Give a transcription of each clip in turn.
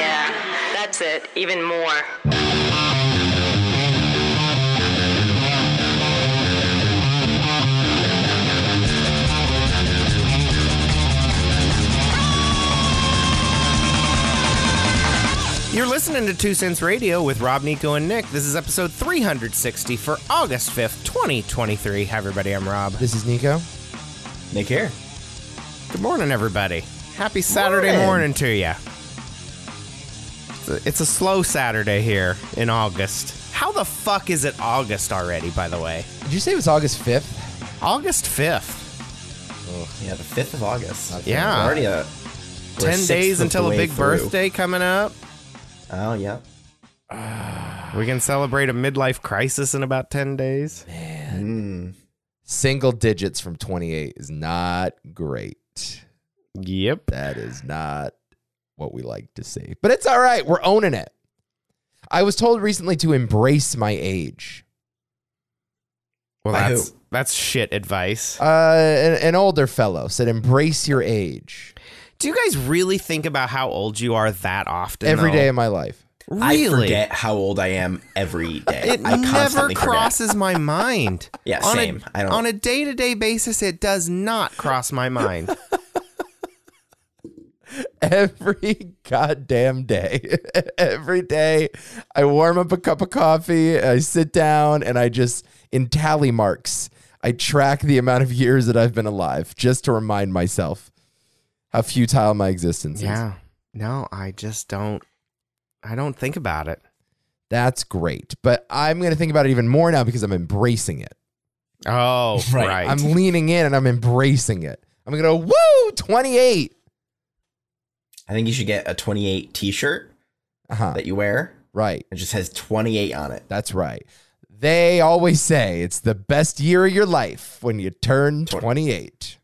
Yeah, that's it. Even more. You're listening to Two Cents Radio with Rob, Nico, and Nick. This is episode 360 for August 5th, 2023. Hi, everybody. I'm Rob. This is Nico. Nick here. Good morning, everybody. Happy Saturday morning, Morning. to you. It's a, it's a slow Saturday here in August. How the fuck is it August already, by the way? Did you say it was August 5th? August 5th. Yeah, the 5th of August. Yeah. We're already a, we're 10 sixth days of until the a way big through. birthday coming up. Oh, yeah. We can celebrate a midlife crisis in about 10 days. Single digits from 28 is not great. Yep. That is not what we like to see. But it's all right. We're owning it. I was told recently to embrace my age. Well, By that's, who? that's shit advice. Uh, an, an older fellow said, embrace your age Do you guys really think about how old you are that often? every though? day of my life. Really? I forget how old I am every day. It I never constantly crosses my mind. Yeah, on same. A, I don't- On a day-to-day basis, it does not cross my mind. every goddamn day. every day, I warm up a cup of coffee, I sit down, and I just, in tally marks, I track the amount of years that I've been alive just to remind myself how futile my existence is. yeah. No, I just don't. I don't think about it. That's great. But I'm going to think about it even more now because I'm embracing it. Oh, right. Right. I'm leaning in and I'm embracing it. I'm going to go, woo, 28. Forget. I think you should get a 28 t shirt Uh huh. that you wear. Right. It just has 28 on it. That's right. They always say it's the best year of your life when you turn 28.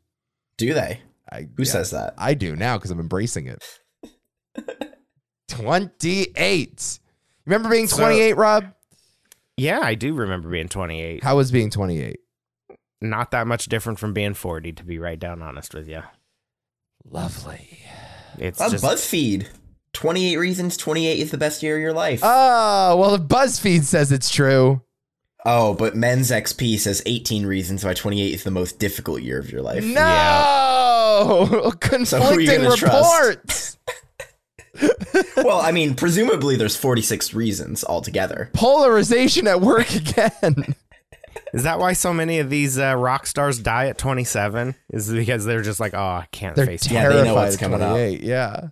Do they? I, yeah, Who says that? I do now because I'm embracing it. 28. Remember being So- 28, Rob? yeah, I do remember being 28. How was being 28? Not that much different from being 40, to be right down honest with you. Lovely. It's On just BuzzFeed, 28 reasons 28 is the best year of your life. Uh, Oh, well, if BuzzFeed says it's true, oh, but Men's XP says 18 reasons why 28 is the most difficult year of your no! life. Conflicting So who are you gonna trust? reports. well, I mean, presumably there's 46 reasons altogether. Polarization at work again. is that why so many of these uh, rock stars die at 27? Is it because they're just like, oh, I can't They're face Yeah, terrified they know what's of coming up. 28. Yeah. Is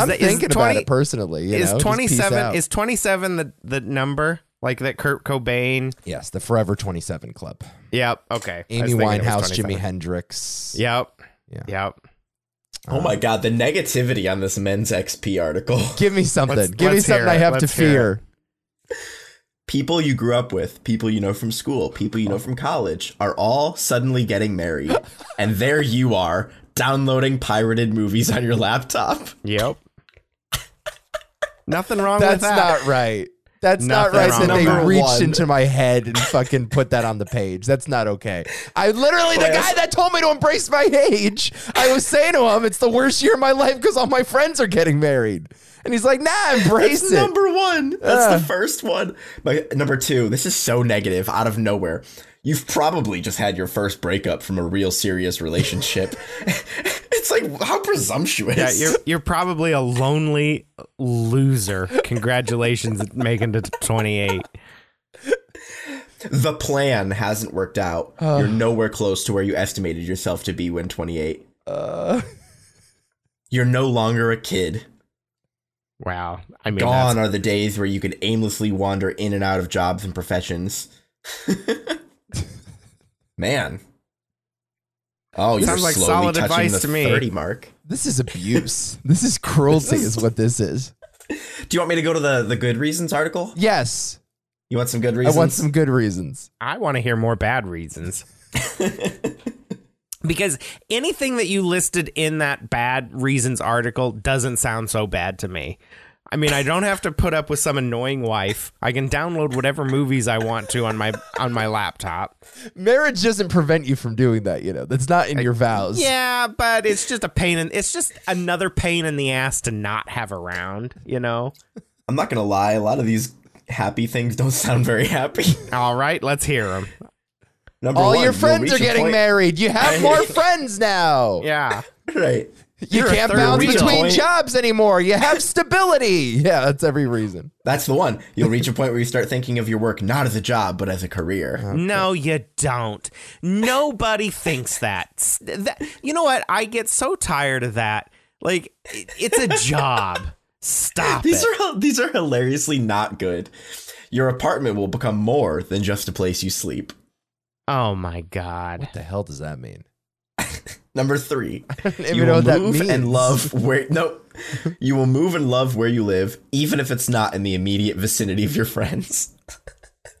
I'm that- is thinking 20 about it personally. You is know, just peace 27 out. is 27 the the number like that kurt cobain yes the Forever 27 Club. yep okay I was Amy thinking it was Winehouse, 27. Jimi Hendrix. yep Yeah. yep Oh Um, my god, the negativity on this men's XP article. Give me something. Let's- Give me let's hear something I it. have Let's to hear fear. People you grew up with, people you know from school, people Oh. you know from college are all suddenly getting married, and there you are, downloading pirated movies on your laptop. yep nothing wrong with That's that not right. That's not Nothing right wrong that they with that. reached Number one. into my head and fucking put that on the page. That's not okay. I literally, the Claire. guy that told me to embrace my age, I was saying to him, it's the worst year of my life because all my friends are getting married. And he's like, nah, embrace That's it. number one. That's Ugh. Ah. the first one. My, number two, this is so negative out of nowhere. You've probably just had your first breakup from a real serious relationship. it's like, how presumptuous. yeah, you're you're probably a lonely loser. Congratulations at making it to 28. the plan hasn't worked out. You're nowhere close to where you estimated yourself to be when 28. Uh, You're no longer a kid. Wow. I mean, Gone that's, are the days where you could aimlessly wander in and out of jobs and professions. Man. Oh, you're Sounds like slowly solid touching advice the to me. 30 mark. this is abuse. this is cruelty, is what this is. Do you want me to go to the, the good reasons article? Yes. You want some good reasons? I want some good reasons. I want to hear more bad reasons. because anything that you listed in that bad reasons article doesn't sound so bad to me. I mean, I don't have to put up with some annoying wife. I can download whatever movies I want to on my on my laptop. Marriage doesn't prevent you from doing that, you know. That's not in your vows. Yeah, but it's just a pain in it's just another pain in the ass to not have around, you know. I'm not gonna lie, a lot of these happy things don't sound very happy. All right, let's hear them. Number All one, your you'll friends reach are a getting point- married. You have more friends now. Yeah. Right. You You're a can't third bounce reason. between Point. jobs anymore. You have stability. Yeah, that's every reason. That's the one. You'll reach a point where you start thinking of your work not as a job, but as a career. Uh, No, you don't. Nobody thinks that. S- that. You know what? I get so tired of that. Like, it- it's a job. Stop These it. are these are hilariously not good. Your apartment will become more than just a place you sleep. oh my god. What the hell does that mean? Number three, even you know will what that move means. and love where no, you will move and love where you live, even if it's not in the immediate vicinity of your friends.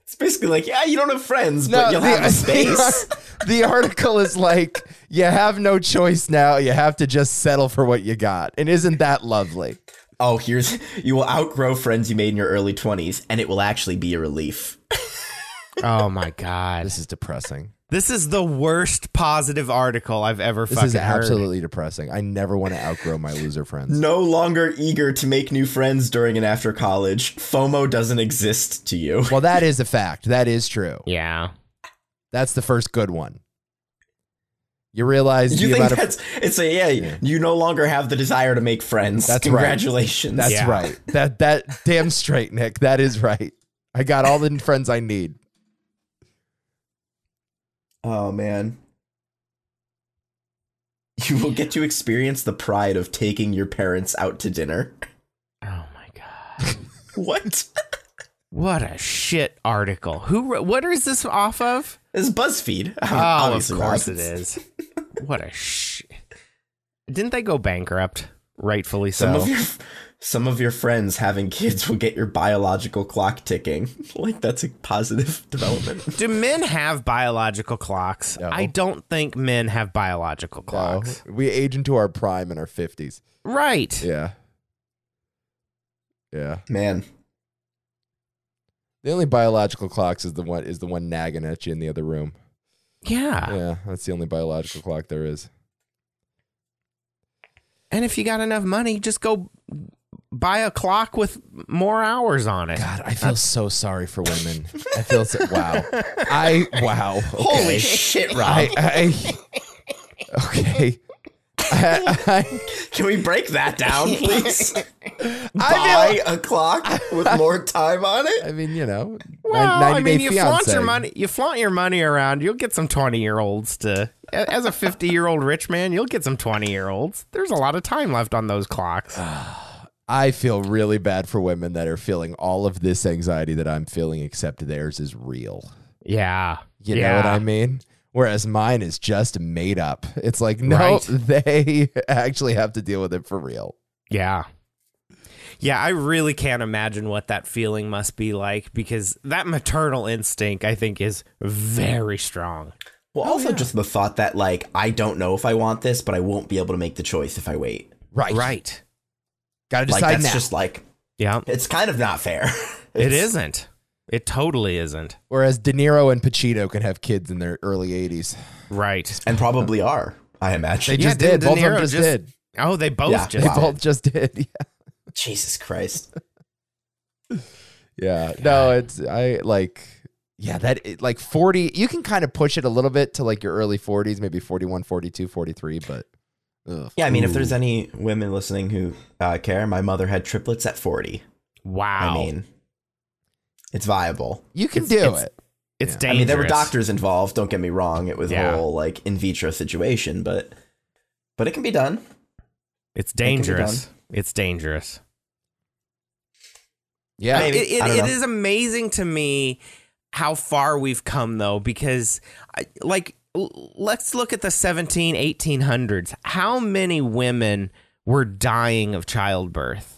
it's basically like, yeah, you don't have friends, but you'll have a space. The article is like, you have no choice now. You have to just settle for what you got. And isn't that lovely? oh, here's you will outgrow friends you made in your early twenties, and it will actually be a relief. Oh my god. This is depressing. This is the worst positive article I've ever This fucking is heard. absolutely depressing. I never want to outgrow my loser friends. No longer eager to make new friends during and after college, FOMO doesn't exist to you. Well, that is a fact. That is true. Yeah. That's the first good one. You realize You the amount think of that's it's a yeah, You no longer have the desire to make friends. That's right. congratulations. That's Yeah. right. That that damn straight, Nick. That is right. I got all the friends I need. Oh man. You will get to experience the pride of taking your parents out to dinner. Oh my god. What? What a shit article. Who wr- what is this off of? It's BuzzFeed. Oh, Obviously of not. course it is. What a sh Didn't they go bankrupt? Rightfully so. Some of your some of your friends having kids will get your biological clock ticking. Like that's a positive development. Do men have biological clocks? No. I don't think men have biological Wow. clocks. We age into our prime in our fifties. Right. Yeah. Yeah. Man. The only biological clocks is the one is the one nagging at you in the other room. Yeah. Yeah, that's the only biological clock there is. And if you got enough money, just go buy a clock with more hours on it. God, I feel so sorry for women. I feel so wow. I wow. Holy shit, Rob. I, I okay. I, I, Can we break that down, please? I Buy a clock with more time on it? I mean, you know, Well, I 90 Day mean, you flaunt Fiancé. your money. You flaunt your money around. You'll get some twenty-year-olds to. a- As a fifty-year-old rich man, you'll get some twenty-year-olds. There's a lot of time left on those clocks. Uh, I feel really bad for women that are feeling all of this anxiety that I'm feeling, except theirs is real. Yeah. You yeah. know what I mean? Whereas mine is just made up. It's like, no, Right. they actually have to deal with it for real. Yeah. Yeah, I really can't imagine what that feeling must be like because that maternal instinct, I think, is very strong. Well, also just the thought that like I don't know if I want this, but I won't be able to make the choice if I wait. Right. Right. Got to Like decide that's now. just like Yeah. it's kind of not fair. It isn't. It totally isn't. Whereas De Niro and Pacino can have kids in their early 80s. Right. and probably are. I They imagine. just didn't did. De Both of them Niro just, just- did. Oh, they both Yeah. just. They both just did. Yeah. Jesus Christ. Yeah. No, it's I like yeah, that it- like 40 you can kind of push it a little bit to like your early 40s, maybe 41, 42, 43, but ugh. Yeah, I mean, if there's any women listening who uh, care, my mother had triplets at 40. Wow. I mean, it's viable. you can it's- do it's it. it's yeah. dangerous. I mean, there were doctors involved. Don't get me wrong; it was Yeah. a whole like in vitro situation, but but it can be done. It's can be dangerous. It's dangerous. Yeah. Maybe. It, I it, don't it know. is amazing to me how far we've come, though, because I, like l- let's look at the 17, 1800s. How many women were dying of childbirth?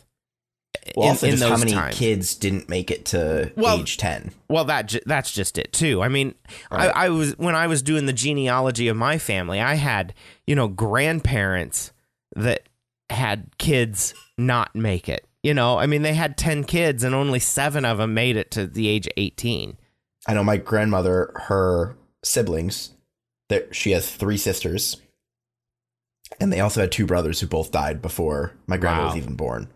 Well, in- also, in just how those many times. kids didn't make it to Well, age 10? Well, that ju- that's just it too. I mean, Right. I, I was when I was doing the genealogy of my family, I had you know grandparents that had kids not make it. You know, I mean, they had 10 kids and only seven of them made it to the age of 18. I know my grandmother, her siblings, that she has three sisters, and they also had two brothers who both died before my grandma was Wow. even born.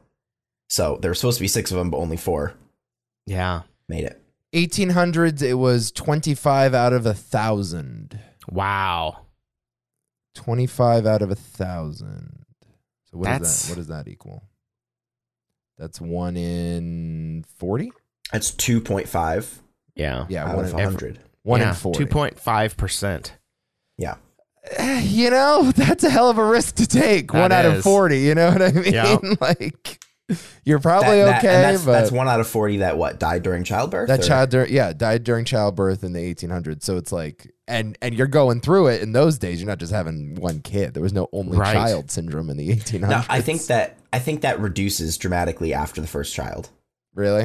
So there were supposed to be six of them, but only four Yeah. made it. 1800s, it was 25 out of a thousand. Wow. 25 out of a thousand. So what That's- does that what does that equal? That's one in 40? That's two point five Yeah. Yeah, out one of in, every- hundred. one Yeah, in 40. 2.5%. Yeah, Eh, you know, that's a hell of a risk to take. That one out of is. 40, you know what I mean? Yeah. like you're probably That- that- okay, and that's, but that's one out of forty that what died during childbirth. that or- child dur- yeah, died during childbirth in the 1800s. So it's like and and you're going through it in those days, you're not just having one kid. There was no only Right. child syndrome in the 1800s. No, I think that I think that reduces dramatically after the first child. really?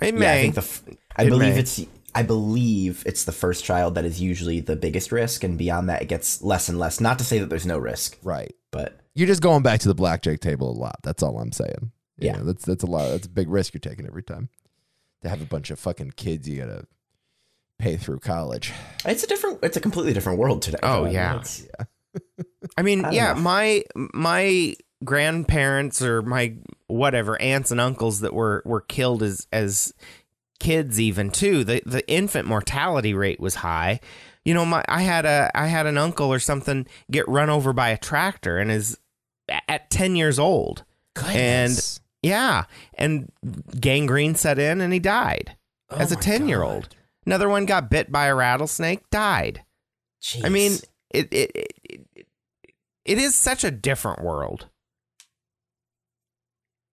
It Yeah, I may. think the f- I It believe may. it's I believe it's the first child that is usually the biggest risk, and beyond that, it gets less and less. Not to say that there's no risk, Right. but You're just going back to the blackjack table a lot. That's all I'm saying. You Yeah. know, that's that's a lot. That's a big risk you're taking every time. To have a bunch of fucking kids, you gotta pay through college. it's a different, it's a completely different world today. Oh, though. I mean, yeah. it's- I mean, I don't yeah, know. my my grandparents or my whatever aunts and uncles that were were killed as as kids even too. The the infant mortality rate was high. You know, my I had a I had an uncle or something get run over by a tractor and is a- at 10 years old. Goodness. Yeah, and gangrene set in and he died Oh as a my 10-year-old. Another one got bit by a rattlesnake, died. I mean, Jeez. it it, it it it is such a different world.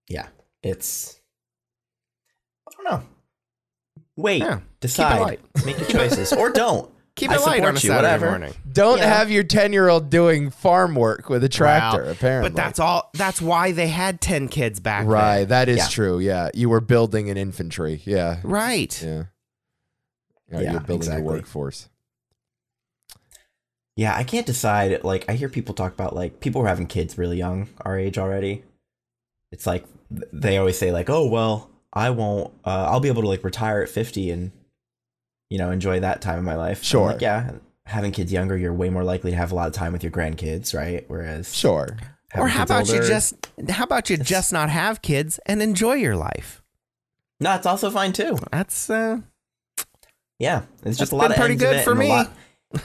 yeah, it's I don't know. Wait, Yeah, keep it decide, light. make your choices, or don't. Keep I it light on support a you, Saturday whatever. morning. Don't Yeah. have your ten year old doing farm work with a tractor, Wow. apparently. But that's all. That's why they had ten kids back right. then. That is Yeah. true. Yeah. You were building an infantry. Yeah. Right. Yeah. Yeah, Yeah, you're building exactly. your workforce. Yeah, I can't decide. Like, I hear people talk about like people who are having kids really young, our age already. It's like th- they always say like, "Oh well, I won't. Uh, I'll be able to like retire at fifty and you know enjoy that time of my life." I'm Sure. Like, yeah, having kids younger, you're way more likely to have a lot of time with your grandkids, right? Whereas, Sure. having or how kids about you older- just how about you just not have kids and enjoy your life? no? It's also fine too. That's uh, Yeah, it's That's just a lot been of pretty ends of good it for and a me. lot-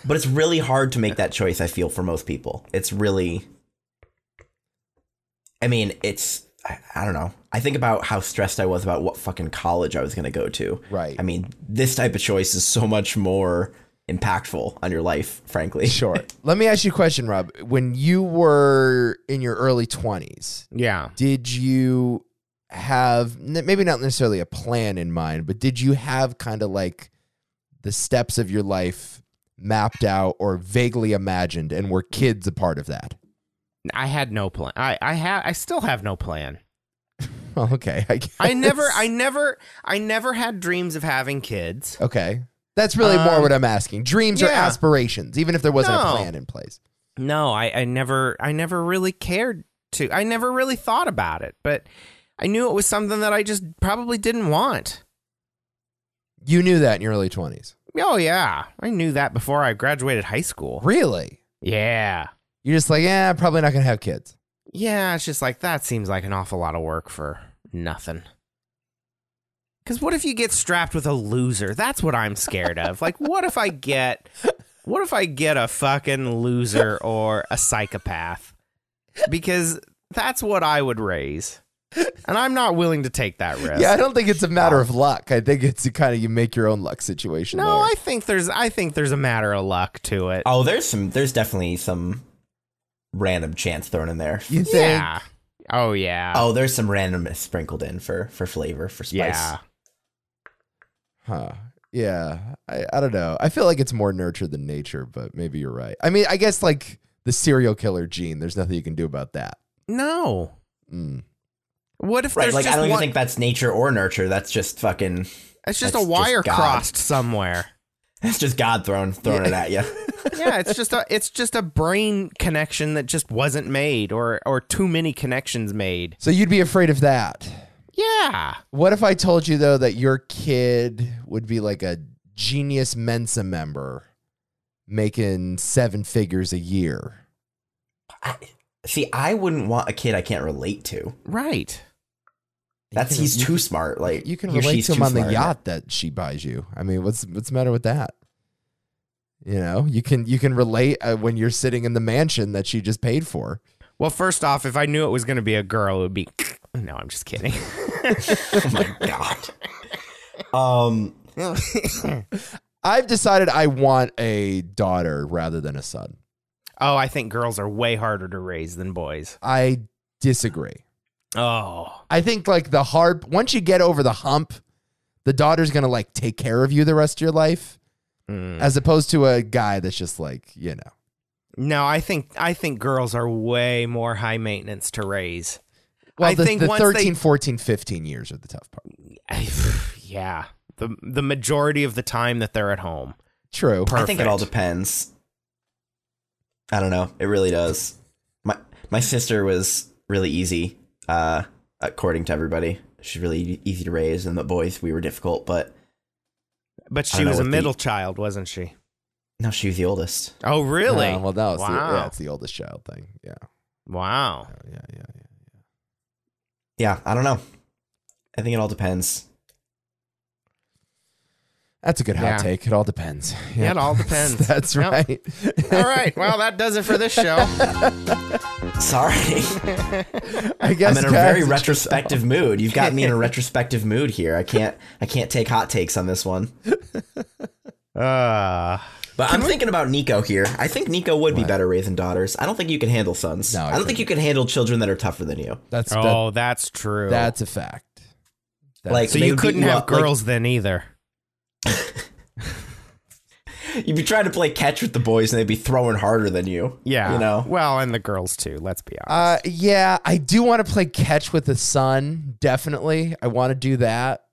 but it's really hard to make that choice. I feel for most people, it's really. I mean, it's I, I don't know. I think about how stressed I was about what fucking college I was going to go to. Right. I mean, this type of choice is so much more impactful on your life, frankly. Sure. Let me ask you a question, Rob. When you were in your early 20s, yeah. did you have n- maybe not necessarily a plan in mind, but did you have kind of like the steps of your life mapped out or vaguely imagined and were kids a part of that? I had no plan. I I ha- I still have no plan. Well, okay. I, guess. I never I never I never had dreams of having kids. Okay. That's really more Um, what I'm asking. Dreams or yeah. aspirations, even if there wasn't a No. plan in place. No, I, I never I never really cared to. I never really thought about it, but I knew it was something that I just probably didn't want. You knew that in your early 20s. Oh yeah, I knew that before I graduated high school. Really? Yeah. You're just like, yeah, probably not going to have kids. Yeah, it's just like that seems like an awful lot of work for nothing. Cuz what if you get strapped with a loser? That's what I'm scared of. Like what if I get what if I get a fucking loser or a psychopath? Because that's what I would raise. And I'm not willing to take that risk. Yeah, I don't think it's a matter of luck. I think it's kind of you make your own luck situation. no, there. I think there's I think there's a matter of luck to it. Oh, there's some. There's definitely some random chance thrown in there. you think yeah. Oh yeah. Oh, there's some randomness sprinkled in for for flavor for spice. yeah. Huh. Yeah. I, I don't know. I feel like it's more nurture than nature, but maybe you're right. I mean, I guess like the serial killer gene, there's nothing you can do about that. No. Mm. What if Right, there's like I just don't even one think that's nature or nurture. That's just fucking It's just That's a wire just God. crossed somewhere. It's just God throwing throwing it at you. yeah, it's just a it's just a brain connection that just wasn't made or or too many connections made. So you'd be afraid of that. Yeah. What if I told you though that your kid would be like a genius Mensa member making seven figures a year? See, I wouldn't want a kid I can't relate to. Right. That's can- he's you too smart. Like You can he or relate she's to him too on the smart. yacht that she buys you. I mean, what's what's the matter with that? You know, you can you can relate uh, when you're sitting in the mansion that she just paid for. Well, first off, if I knew it was going to be a girl, it would be No, I'm just kidding. Oh my god. Um, I've decided I want a daughter rather than a son. oh, I think girls are way harder to raise than boys. I disagree. Oh. I think like the hard once you get over the hump, the daughter's gonna like take care of you the rest of your life, Mm. as opposed to a guy that's just like you know. No, I think I think girls are way more high maintenance to raise. Well, I the, think the once 13, they 14, 15 years are the tough part. yeah, the the majority of the time that they're at home. True. I think it all Perfect. depends. I don't know. It really does. My my sister was really easy, uh, according to everybody. She's really e- easy to raise, and the boys we were difficult, but But I she don't know was a what the- middle child, wasn't she? no, she was the oldest. Oh, really? Yeah, well, that was the, Wow. yeah, it's the oldest child thing. Yeah, wow. yeah, yeah, yeah. yeah. Yeah, I don't know. I think it all depends. That's a good hot Yeah. take. It all depends. Yeah, it all depends. that's Yep. right. All right. Well, that does it for this show. Sorry, I guess I'm in a very guys, Oh. retrospective mood. You've got me in a retrospective mood here. I can't. I can't take hot takes on this one. Uh, But I'm thinking about Nico here. I think Nico would be better raising daughters. I don't think you can handle sons. No, I I, don't think you can handle children that are tougher than you. That's that, oh, that's true. that's a fact. That's- Like so you they'd beat couldn't have up, like, girls then either. You'd be trying to play catch with the boys, and they'd be throwing harder than you. Yeah. you know. Well, and the girls too. Let's be honest. Uh, yeah, I do want to play catch with the sun. Definitely, I want to do that.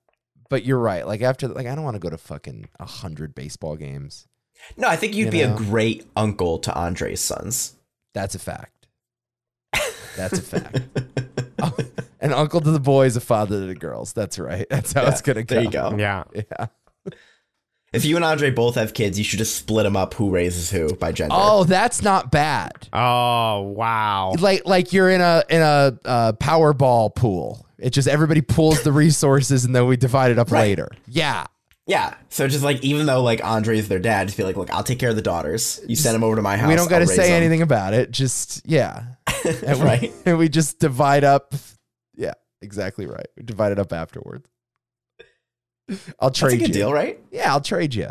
But you're right. Like after, like I don't want to go to fucking a hundred baseball games. No, I think you'd You be know. a great uncle to Andre's sons. That's a fact. That's a fact. Oh, An uncle to the boys, a father to the girls. That's right. That's how it's gonna go. There you go. yeah. Yeah. If you and Andre both have kids, you should just split them up. Who raises who by gender? Oh, that's not bad. Oh wow. Like like you're in a in a uh, Powerball pool. It just everybody pulls the resources and then we divide it up Right. later. Yeah. Yeah. So just like, even though like Andre's their dad, just be like, look, I'll take care of the daughters. You send them over to my house. we don't got to I'll raise say 'em." anything about it. Just yeah, and Right. We, and we just divide up. Yeah, exactly right. We divide it up afterwards. I'll That's a trade good you. deal, right? Yeah, I'll trade you.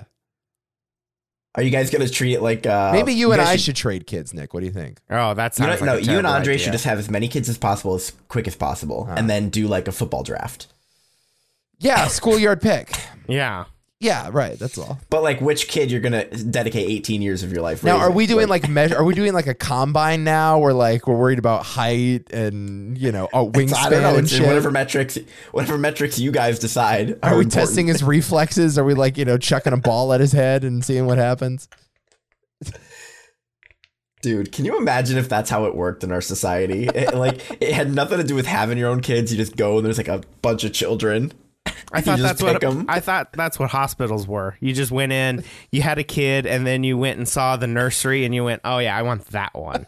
Are you guys gonna treat it like? Uh, Maybe you and guys I should trade kids, Nick. What do you think? Oh, that You sounds know, like a no, you and terrible Andre idea. should just have as many kids as possible, as quick as possible, and then do like a football draft. Yeah, schoolyard pick. Yeah. Yeah, right. That's all. But like, which kid you're gonna dedicate 18 years of your life? Now, are raising? we doing like measure? Are we doing like a combine now? Where like we're worried about height and you know, uh, wingspan I don't know. and It's shit. whatever metrics, whatever metrics you guys decide. are we important. testing his reflexes? Are we like you know chucking a ball at his head and seeing what happens? dude? Can you imagine if that's how it worked in our society? It, like, it had nothing to do with having your own kids. You just go and there's like a bunch of children. I thought just that's what pick 'em. I thought that's what hospitals were. You just went in, you had a kid, and then you went and saw the nursery, and you went, "Oh yeah, I want that one.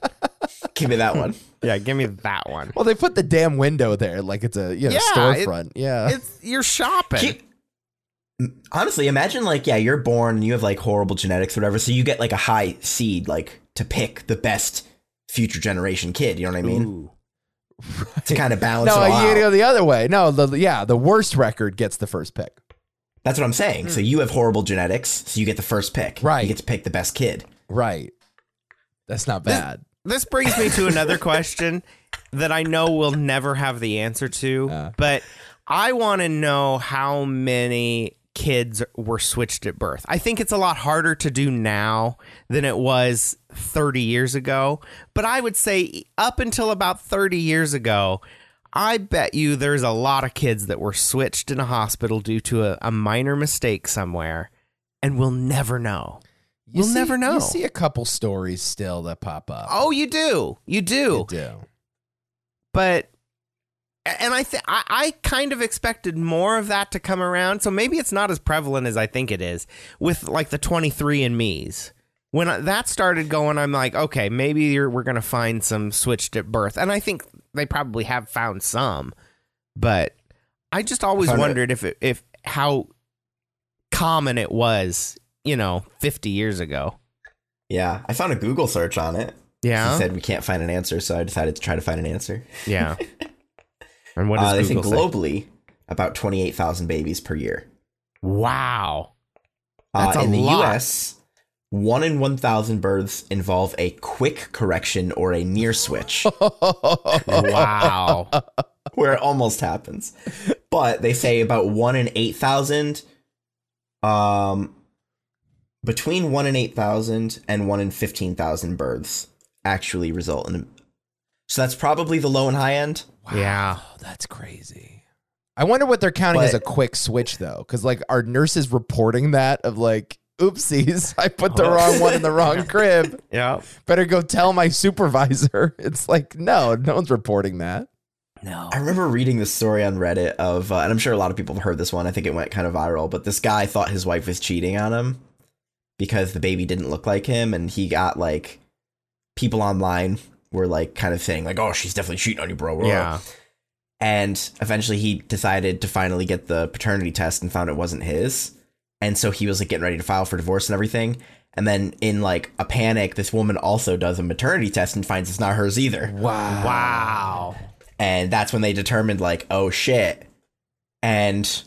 Give me that one. yeah, give me that one." Well, they put the damn window there, like it's a you know, Yeah, it- storefront. yeah, It's you're shopping. Keep- Honestly, imagine like, yeah, you're born and you have like horrible genetics, whatever. So you get like a high seed, like to pick the best future generation kid. You know what I mean? To kind of balance no, it all you out. gotta go the other way. No, the, yeah, the worst record gets the first pick. That's what I'm saying. So Mm. you have horrible genetics, so you get the first pick. Right. You get to pick the best kid. Right, that's not bad. This brings me to another question that I know we'll never have the answer to, but I want to know how many kids were switched at birth. I think it's a lot harder to do now than it was 30 years ago, but I would say up until about 30 years ago, I bet you there's a lot of kids that were switched in a hospital due to a, a minor mistake somewhere and we'll never know. You We'll see- never know. You see a couple stories still that pop up. Oh, you do. You do. You do. but and I, th- I I kind of expected more of that to come around, so maybe it's not as prevalent as I think it is with like the twenty three and me's. When I, that started going, I'm like, okay, maybe you're, we're gonna find some switched at birth, and I think they probably have found some, but I just always Found it- wondered if it, if how common it was, you know, fifty years ago. Yeah, I found a Google search on it. She Yeah, said we can't find an answer, so I decided to try to find an answer. yeah. And what Uh, does they Google think say? globally about 28,000 babies per year. Wow. Uh, That's a in the lot. US, one in 1,000 births involve a quick correction or a near switch, Wow. where it almost happens. But they say about one in 8,000, um, between one in 8,000 and one in 15,000 births actually result in. A, so that's probably the low and high end. Yeah. Oh, that's crazy. I wonder what they're counting But- as a quick switch though, because like are nurses reporting that of like, oopsies, I put the Oh. wrong one in the wrong crib. Yeah. Better go tell my supervisor. It's like, no, no one's reporting that. No. I remember reading this story on Reddit of, uh, and I'm sure a lot of people have heard this one. I think it went kind of viral, but this guy thought his wife was cheating on him because the baby didn't look like him, and he got like people online were like kind of saying like, "Oh, she's definitely cheating on you, bro." bro." Yeah. And eventually, he decided to finally get the paternity test and found it wasn't his, and so he was like getting ready to file for divorce and everything. And then in like a panic, this woman also does a maternity test and finds it's not hers either Wow. Wow. and that's when they determined like oh shit and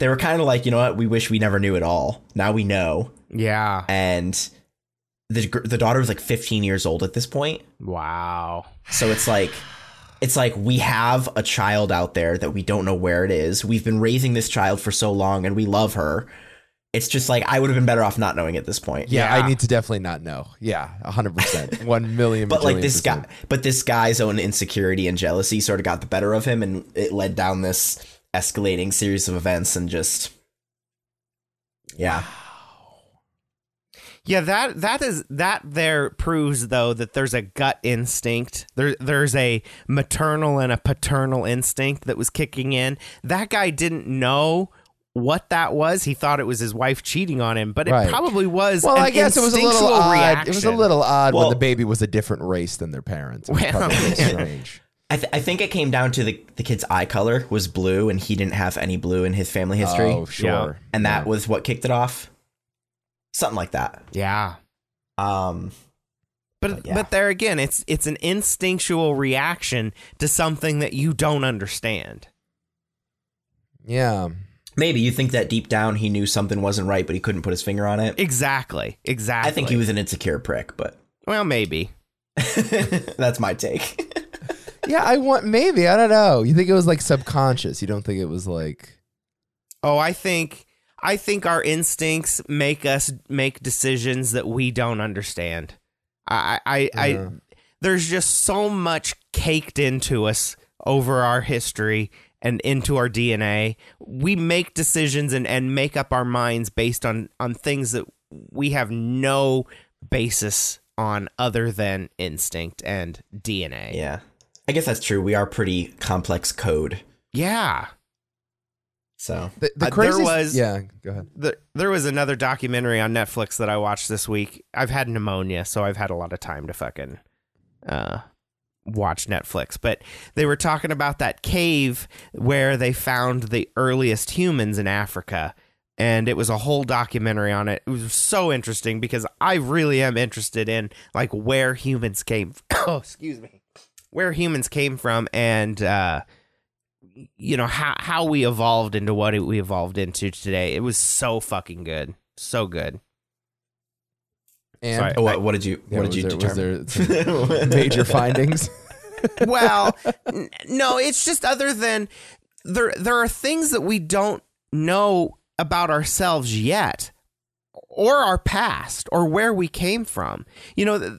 they were kind of like you know what we wish we never knew at all now we know Yeah. and the gr- the daughter was like 15 years old at this point Wow. so it's like it's like we have a child out there that we don't know where it is we've been raising this child for so long and we love her it's just like i would have been better off not knowing at this point Yeah, Yeah. I need to definitely not know. Yeah, hundred percent. One million. but like bajillion this guy percent. but this guy's own insecurity and jealousy sort of got the better of him and it led down this escalating series of events and just yeah Yeah, that that is that there proves though that there's a gut instinct. There there's a maternal and a paternal instinct that was kicking in. That guy didn't know what that was. He thought it was his wife cheating on him, but it Right. probably was. Well, an I guess it was a little instinctual odd. reaction. It was a little odd when Well- the baby was a different race than their parents. It was Well, probably a little yeah. strange. I, th- I think it came down to the, the kid's eye color was blue and he didn't have any blue in his family history Oh, sure. and that was what kicked it off something like that Yeah. um But But yeah. but there again, it's it's an instinctual reaction to something that you don't understand. Yeah. maybe you think that deep down he knew something wasn't right but he couldn't put his finger on it Exactly. Exactly. i think he was an insecure prick but Well, maybe. that's my take Yeah, I want maybe. I don't know. You think it was like subconscious. You don't think it was like Oh, I think I think our instincts make us make decisions that we don't understand. I I, I Mm-hmm. Yeah. there's just so much caked into us over our history and into our DNA. We make decisions and, and make up our minds based on, on things that we have no basis on other than instinct and DNA. Yeah. I guess that's true. We are pretty complex code. Yeah. So the, the Uh, there crazy. was- Yeah, go ahead. the, there was another documentary on Netflix that I watched this week. I've had pneumonia, so I've had a lot of time to fucking uh, watch Netflix. But they were talking about that cave where they found the earliest humans in Africa. And it was a whole documentary on it. It was so interesting because I really am interested in like where humans came. oh, excuse me, where humans came from, and uh, you know how how we evolved into what it- we evolved into today. It was so fucking good, so good. And Sorry. Oh, what, what did you Yeah, what did was you there, was determine? there some major findings? Well, n- no, it's just other than there there are things that we don't know about ourselves yet, or our past, or where we came from. You know, th-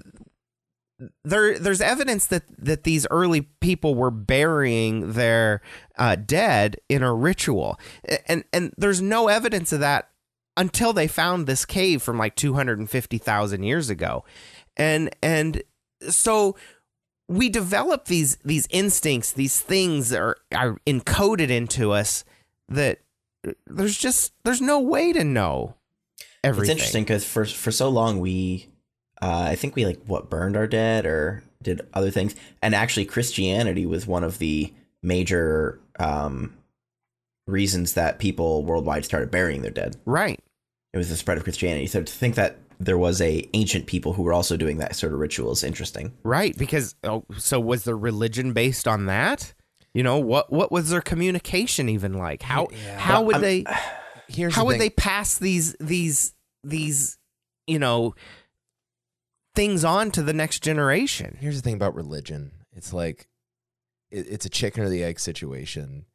there there's evidence that that these early people were burying their uh, dead in a ritual, A- and and there's no evidence of that until they found this cave from like 250,000 years ago. And and so we develop these these instincts, these things that are are encoded into us that uh, there's just there's no way to know everything. It's interesting because for for so long we, uh, I think we like what burned our dead or did other things, and actually Christianity was one of the major um, reasons that people worldwide started burying their dead. Right. It was the spread of Christianity. So to think that there was a ancient people who were also doing that sort of ritual is interesting. Right, because oh, so was their religion based on that? You know what? What was their communication even like? How how would I'm- they Here's how the would thing. they pass these these these you know things on to the next generation? Here's the thing about religion. It's like it, it's a chicken or the egg situation.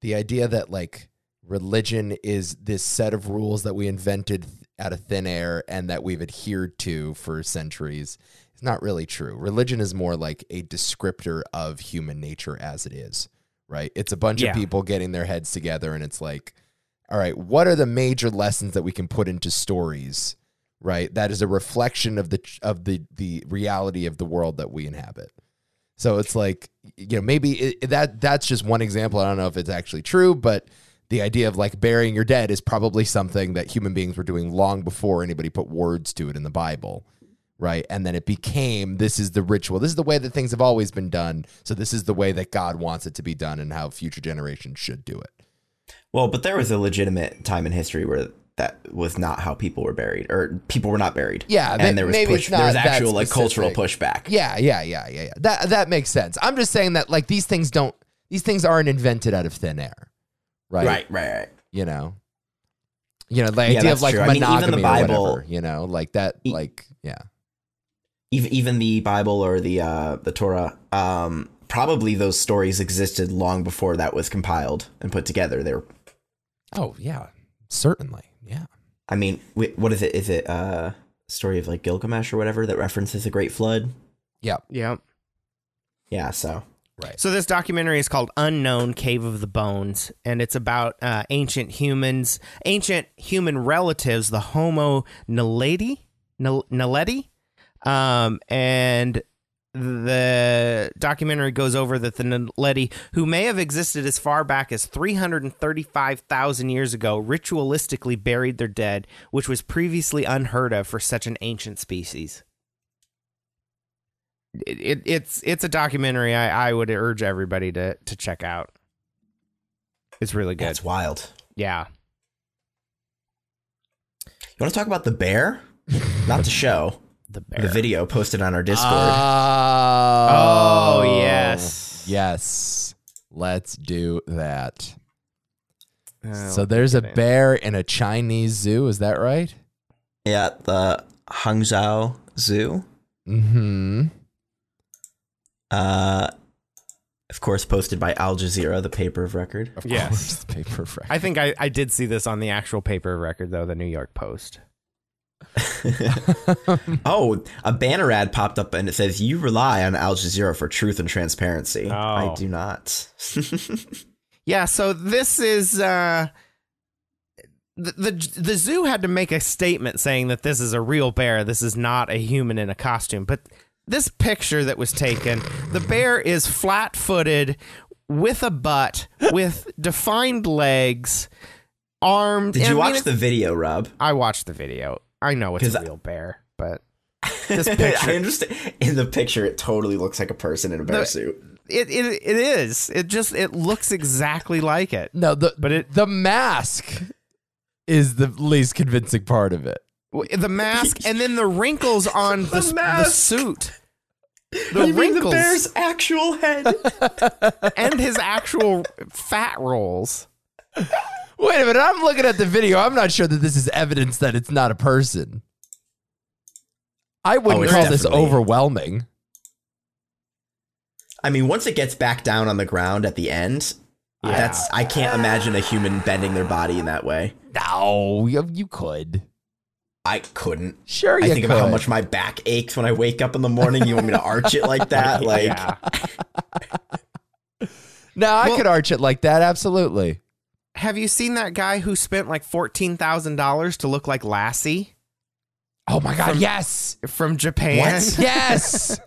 The idea that like religion is this set of rules that we invented out of thin air and that we've adhered to for centuries is not really true. Religion is more like a descriptor of human nature as it is, right? It's a bunch Yeah. of people getting their heads together and it's like all right, what are the major lessons that we can put into stories? Right, that is a reflection of the of the the reality of the world that we inhabit. So it's like you know maybe it, that that's just one example. I don't know if it's actually true, but the idea of like burying your dead is probably something that human beings were doing long before anybody put words to it in the Bible. Right. And then it became this is the ritual. This is the way that things have always been done. So this is the way that God wants it to be done and how future generations should do it. Well, but there was a legitimate time in history where that was not how people were buried, or people were not buried. Yeah, and may- there was maybe push, it's there was not that actual like cultural pushback. Yeah, yeah, yeah, yeah, yeah. That that makes sense. I'm just saying that like these things don't these things aren't invented out of thin air. Right? right, right, right. You know. You know, the idea Yeah, of that's like true. I mean, even monogamy the or Bible- whatever, you know, like that E- like yeah. even even the Bible or the uh, the Torah, um, probably those stories existed long before that was compiled and put together. They were, Oh, yeah. Certainly. Yeah. I mean, wh- what is it? Is it uh, story of like Gilgamesh or whatever that references the Great Flood? Yeah. Yeah, so Right. So this documentary is called Unknown Cave of the Bones, and it's about uh, ancient humans, ancient human relatives, the Homo naledi, nal- naledi, um, and the documentary goes over that the naledi, who may have existed as far back as 335,000 years ago, ritualistically buried their dead, which was previously unheard of for such an ancient species it, it it's it's a documentary I, I would urge everybody to to check out. It's really good. that's wild. yeah. You want to talk about the bear? Not the show, The bear. Ah. the video posted on our Discord. Oh, oh, yes. Yes. Let's do that. Oh, so there's a get in. bear in a Chinese zoo, is that right? yeah, the Hangzhou Zoo. Mm-hmm. Uh, of course, posted by Al Jazeera, the paper of record. Of Yes. course, the paper of record. I think I, I did see this on the actual paper of record though, the New York Post. Oh, a banner ad popped up and it says, You rely on Al Jazeera for truth and transparency. Oh. I do not. Yeah, so this is uh the, the the zoo had to make a statement saying that this is a real bear. This is not a human in a costume. But this picture that was taken, the bear is flat-footed with a butt, with defined legs, armed. Did I you mean, watch it's- the video, Rob? I watched the video. I know it's 'Cause a I- real bear, but this I picture understand. In the picture, it totally looks like a person in a bear The- suit. it, it it is. It just it looks exactly like it. no, the But it the mask is the least convincing part of it. W- The mask and then the wrinkles on the, the, mask. suit. I The mean, wrinkles the bear's actual head. and his actual fat rolls. Wait a minute, I'm looking at the video. I'm not sure that this is evidence that it's not a person. I Oh, wouldn't it's call this definitely- overwhelming. I mean, once it gets back down on the ground at the end, Yeah. that's I can't imagine a human bending their body in that way. No, you, you could. I couldn't. Sure, you I think could. about how much my back aches when I wake up in the morning. You want me to arch it like that? Like, yeah. no, I Well- could arch it like that. Absolutely. Have you seen that guy who spent like fourteen thousand dollars to look like Lassie Oh my god, yes. from Japan? Yes.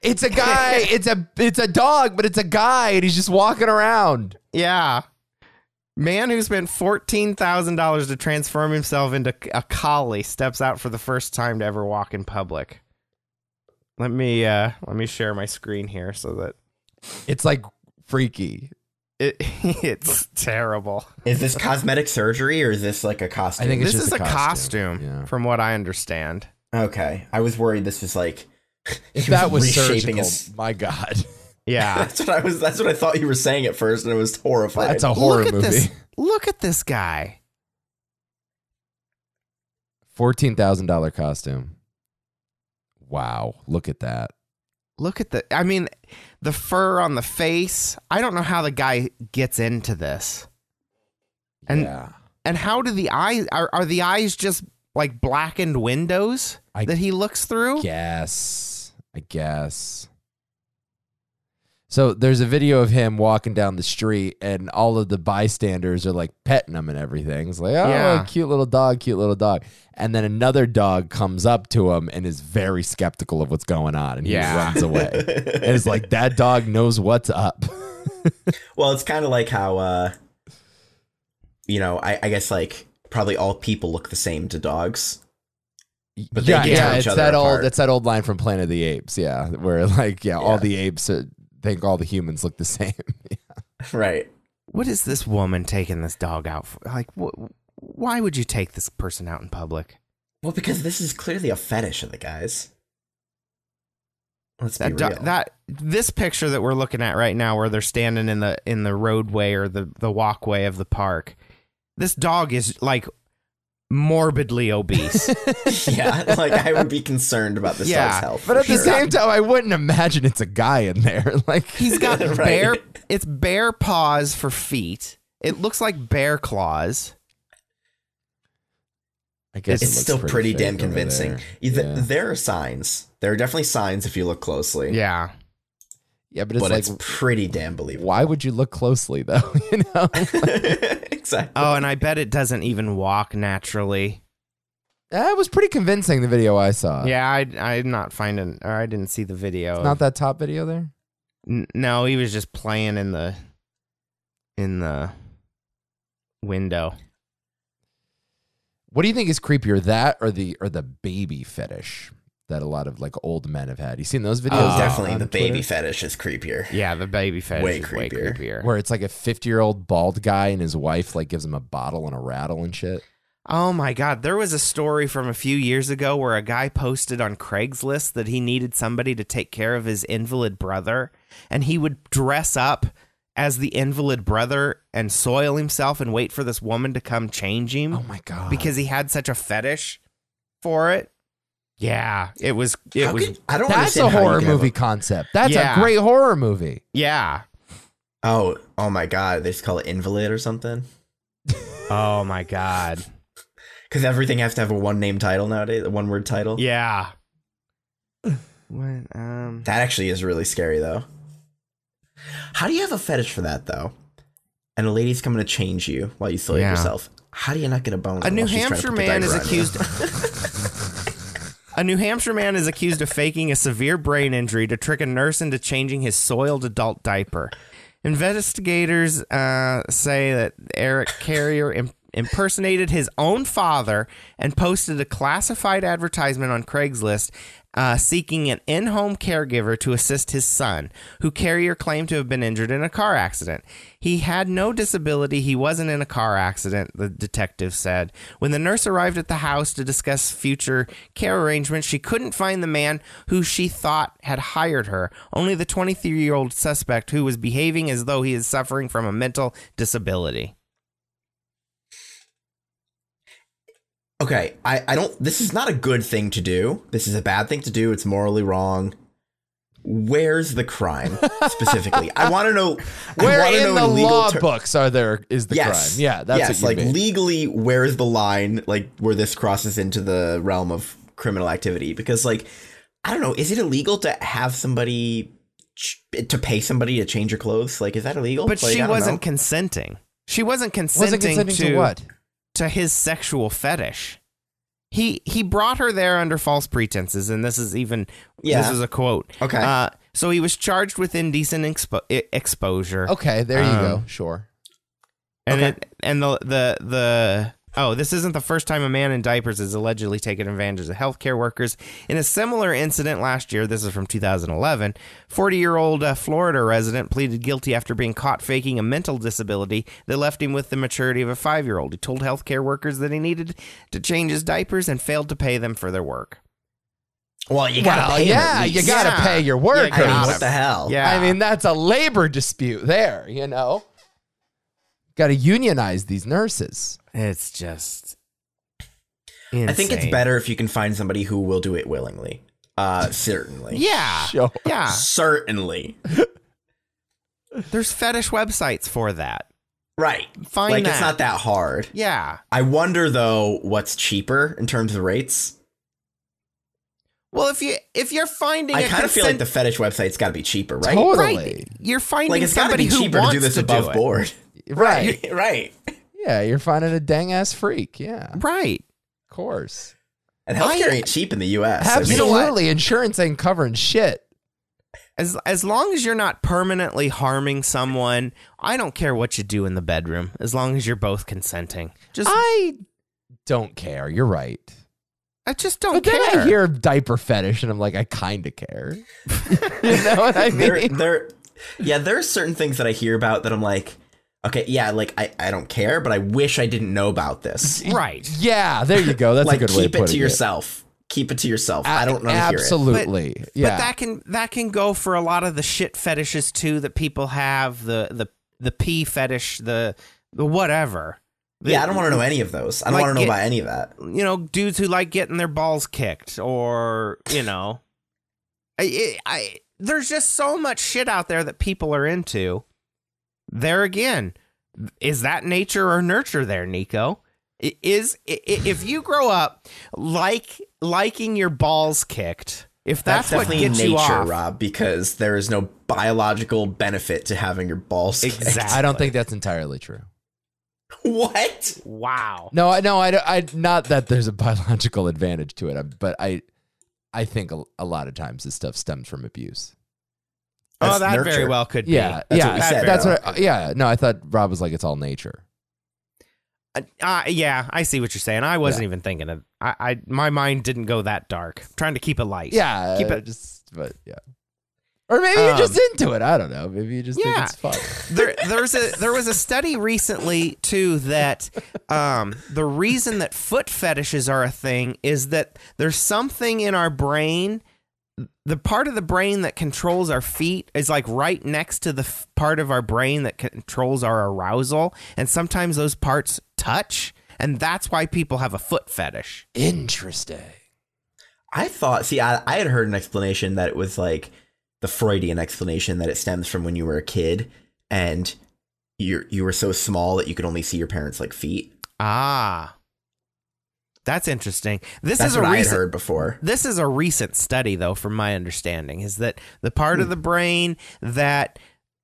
it's a guy. It's a it's a dog, but it's a guy and he's just walking around. Yeah. Man who spent $14,000 to transform himself into a collie steps out for the first time to ever walk in public. Let me uh let me share my screen here so that It's like freaky. it it's terrible. Is this cosmetic surgery or is this like a costume? I think it's This is just a a costume, costume, yeah. from what I understand. okay. I was worried this was like If he that was reshaping surgical, his- my god. Yeah. That's what I was. That's what I thought you were saying at first, and I was horrified. That's a horror look at movie. this. Look at this guy. $14,000 costume. Wow, look at that. Look at the I mean the fur on the face. I don't know how the guy gets into this. And- yeah. And how do the eyes are, are the eyes just like blackened windows I that he looks through? guess. I guess. So there's a video of him walking down the street, and all of the bystanders are like petting him and everything. It's like, oh, Yeah. cute little dog, cute little dog. And then another dog comes up to him and is very skeptical of what's going on, and Yeah. he runs away. and it's like that dog knows what's up. Well, it's kind of like how, uh, you know, I, I guess like probably all people look the same to dogs. But they yeah, can yeah, tear each it's other that old. apart. That's that old line from Planet of the Apes. Yeah, where like, yeah, all Yeah. the apes uh, think all the humans look the same. Right. What is this woman taking this dog out for? Like, wh- why would you take this person out in public? Well, because this is clearly a fetish of the guys. Let's That be do- real. that this picture that we're looking at right now, where they're standing in the in the roadway or the the walkway of the park, this dog is like morbidly obese. yeah, like I would be concerned about this Yeah, dog's health. But for at the sure. same time, I wouldn't imagine it's a guy in there. Like He's got Right. bear. It's bear paws for feet. It looks like bear claws. I it's guess it looks still pretty, fake damn over convincing. there. There. Yeah. there are signs. There are definitely signs if you look closely. Yeah. Yeah, but it's but like, it's pretty damn believable. why would you look closely though? You know, exactly. Oh, and I bet it doesn't even walk naturally. that was pretty convincing. The video I saw. yeah, I I'm not finding or I didn't see the video. Uh. It's not that top video there. N- no, he was just playing in the in the window. What do you think is creepier, that or the or the baby fetish that a lot of like old men have had? You seen those videos? Oh, Oh, definitely uh, on the baby Twitter? fetish is creepier. Yeah, the baby fetish Way is way creepier. creepier. where it's like a 50 year old bald guy and his wife like gives him a bottle and a rattle and shit. Oh my god, there was a story from a few years ago where a guy posted on Craigslist that he needed somebody to take care of his invalid brother and he would dress up as the invalid brother and soil himself and wait for this woman to come change him. Oh my god! because he had such a fetish for it. Yeah, it was it How was could- I don't that's understand a how you horror could have movie concept. That's Yeah. a great horror movie. yeah. Oh, oh my god, they just call it invalid or something. Oh my god. Because everything has to have a one name title nowadays, a one word title. Yeah. When um That actually is really scary though. How do you have a fetish for that though? And a lady's coming to change you while you soil Yeah. yourself. How do you not get a bone? a New Hampshire man is accused A New Hampshire man is accused of faking a severe brain injury to trick a nurse into changing his soiled adult diaper. Investigators uh, say that Eric Carrier im- impersonated his own father and posted a classified advertisement on Craigslist uh, seeking an in home caregiver to assist his son, who Carrier claimed to have been injured in a car accident. He had no disability. He wasn't in a car accident, the detective said. When the nurse arrived at the house to discuss future care arrangements, she couldn't find the man who she thought had hired her, only the 23 year old suspect who was behaving as though he is suffering from a mental disability. Okay, I, I don't. This is not a good thing to do. This is a bad thing to do. It's morally wrong. Where's the crime specifically? I want to know. I Where wanna in know the legal law ter- books are there is the yes. crime? Yeah, that's yes. what like you mean. legally, where is the line? Like where this crosses into the realm of criminal activity? Because like, I don't know. Is it illegal to have somebody ch- to pay somebody to change your clothes? Like, is that illegal? But Oh, Like, she I don't wasn't know. consenting. She wasn't consenting, Wasn't consenting to, what? to his sexual fetish. He he brought her there under false pretenses, and this is even this Yeah. is a quote. Okay. Uh, so he was charged with indecent expo- i- exposure. Okay, there you go. Um, Sure. And Okay. it, and the the the oh, this isn't the first time a man in diapers has allegedly taken advantage of healthcare workers. In a similar incident last year, this is from 2011, 40-year-old uh, Florida resident pleaded guilty after being caught faking a mental disability that left him with the maturity of a 5-year-old. He told healthcare workers that he needed to change his diapers and failed to pay them for their work. Well, you gotta well, pay 'em at yeah, you least. gotta Yeah. pay your You workers. gotta- I mean, what the hell? Yeah. I mean, that's a labor dispute there, you know? Got to unionize these nurses. It's just I think it's insane. better if you can find somebody who will do it willingly. Uh, certainly. Yeah. Sure. Yeah. Certainly. There's fetish websites for that. Right. Find like that. it's not that hard. Yeah. I wonder though what's cheaper in terms of rates. Well, if you if you're finding, I a kind of feel like consent- the fetish website's got to be cheaper, right? Totally. Right. You're finding Like it's got to somebody be cheaper who to wants do this above it. board. Right. right. Yeah, you're finding a dang ass freak. Yeah, of Right. course. And healthcare I- ain't cheap in the U.S. I mean, You know Absolutely. what? Insurance ain't covering shit. As as long as you're not permanently harming someone, I don't care what you do in the bedroom. As long as you're both consenting, just I, I don't care. You're right. just don't But care. then I hear diaper fetish and I'm like, I kind of care. you know what I there, mean? there, yeah, there are certain things that I hear about that I'm like, okay, yeah, like I, I don't care, but I wish I didn't know about this. right. Yeah, there you go. That's like, a good way of keep it putting to it. yourself. Keep it to yourself. I don't know. Absolutely. yeah. But that can that can go for a lot of the shit fetishes too that people have the the the pee fetish the the whatever. The- Yeah, I don't want to know any of those. I don't Like, want to know get- about any of that. you know, dudes who like getting their balls kicked or, you know, I, I, I- there's just so much shit out there that people are into. There again, is that nature or nurture there, Nico? I- Is i- i- if you grow up like liking your balls kicked, if that's, what definitely gets nature, you off, Rob, because there is no biological benefit to having your balls. kicked. Exact- I don't think that's entirely true. what? wow, No, I no, I, don't- I not that there's a biological advantage to it, I- but I I think a, a lot of times this stuff stems from abuse. oh, That's that very nurture. well could Yeah, be. That's yeah, what we that's, said, that's Rob. what. I, yeah, no, I thought Rob was like it's all nature. Uh, yeah, I see what you're saying. I wasn't even thinking of. I, I, my mind didn't go that dark. I'm trying to keep it light. Yeah, Keep it- just, but yeah, or maybe you're just Um, into it. I don't know. Maybe you just Yeah. think it's fun. there there's a there was a study recently too that um, the reason that foot fetishes are a thing is that there's something in our brain the part of the brain that controls our feet is like right next to the f- part of our brain that controls our arousal and sometimes those parts touch and that's why people have a foot fetish Interesting. I thought. See, I, I had heard an explanation that it was like the Freudian explanation that it stems from when you were a kid and you you were so small that you could only see your parents like feet. ah that's interesting this That's is a what I had recent heard before. This is a recent study, though, from my understanding, is that the part Hmm. of the brain that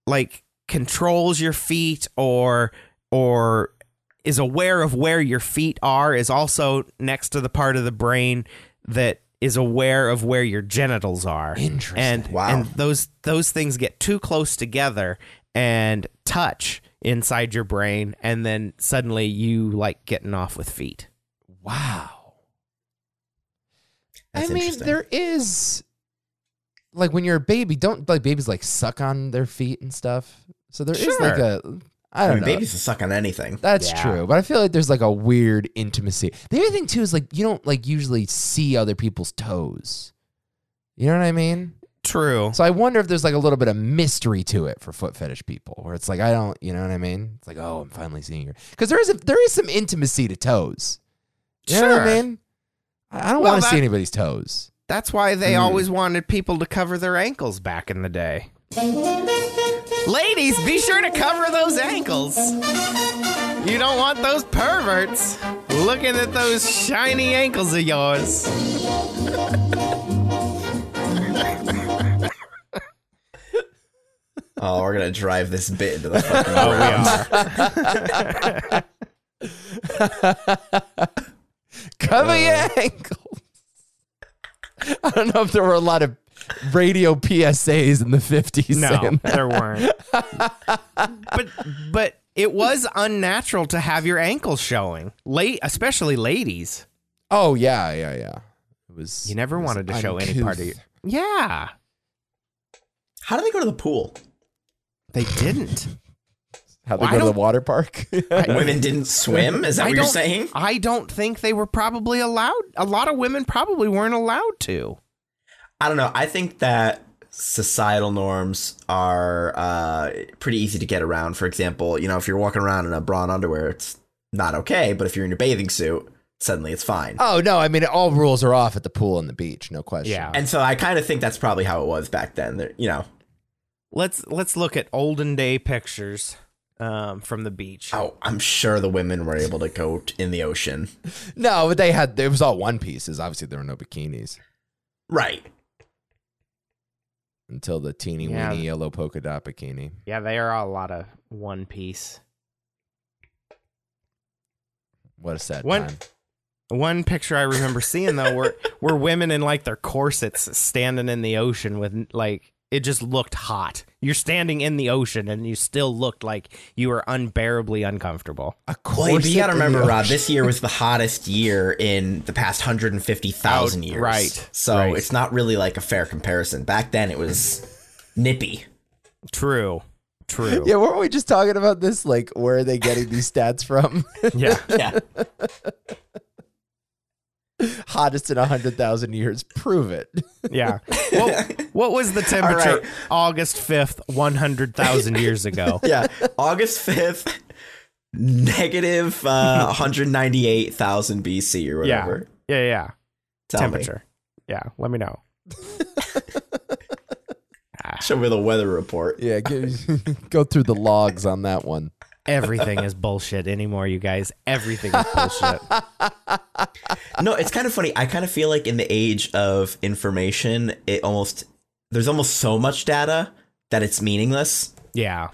like controls your feet or or is aware of where your feet are is also next to the part of the brain that is aware of where your genitals are. Interesting. And Wow. and those those things get too close together and touch inside your brain and then suddenly you like getting off with feet. Wow. That's I mean, interesting. there is like when you're a baby, don't like babies like suck on their feet and stuff. So there is like Sure. a I I, don't mean, know. babies can suck on anything. That's Yeah. true, but I feel like there's like a weird intimacy. The other thing too is like you don't like usually see other people's toes. You know what I mean? True. So I wonder if there's like a little bit of mystery to it for foot fetish people, where it's like I don't, you know what I mean? It's like oh, I'm finally seeing her because there is a, there is some intimacy to toes. You know what I Sure. mean? I I don't Well, want to see that- anybody's toes. That's why they Hmm. always wanted people to cover their ankles back in the day. Ladies, be sure to cover those ankles. You don't want those perverts looking at those shiny ankles of yours. Oh, we're gonna drive this bit into the fucking Oh, ground. Cover your ankles. Uh. I don't know if there were a lot of radio PSAs in the 50s. No, saying that. there weren't. but but it was unnatural to have your ankles showing. Late, especially ladies. Oh, yeah, yeah, yeah. It was. You never it was wanted to show any part of uncouth. your Yeah. How do they go to the pool? They didn't. How they Well, I go to the don't- water park. Women didn't swim? Is that I what you're don't- saying? I don't think they were probably allowed. A lot of women probably weren't allowed to. I don't know. I think that societal norms are uh, pretty easy to get around. For example, you know, if you're walking around in a bra and underwear, it's not okay. But if you're in your bathing suit, suddenly it's fine. oh, no. I mean, all rules are off at the pool and the beach. No question. Yeah. And so I kind of think that's probably how it was back then. There- You know, Let's let's look at olden day pictures um, from the beach. oh, I'm sure the women were able to go t- in the ocean. No, but they had, it was all one pieces. Obviously, there were no bikinis Right. until the teeny Yeah. weeny yellow polka dot bikini. Yeah, they are a lot of one piece. What a sad One- time. One picture I remember seeing though were were women in like their corsets standing in the ocean with like it just looked hot. You're standing in the ocean and you still looked like you were unbearably uncomfortable. A Well, you corset gotta in the remember, Rob, ocean. this year was the hottest year in the past 150,000 Oh, years. right, So right. it's not really like a fair comparison. Back then, it was nippy. True. True. Yeah, weren't we just talking about this? Like, where are they getting these stats from? Yeah. Yeah. Hottest in 100,000 years. Prove it. Yeah. What, what was the temperature right. August 5th, 100,000 years ago? yeah. August 5th, negative uh, 198,000 BC or yeah. whatever. Yeah, yeah. Tell me. temperature. Yeah, let me know. Show me the weather report. Yeah, give, go through the logs on that one. Everything is bullshit anymore, you guys. Everything is bullshit. No, it's kind of funny. I kind of feel like in the age of information, it almost, there's almost so much data that it's meaningless. Yeah.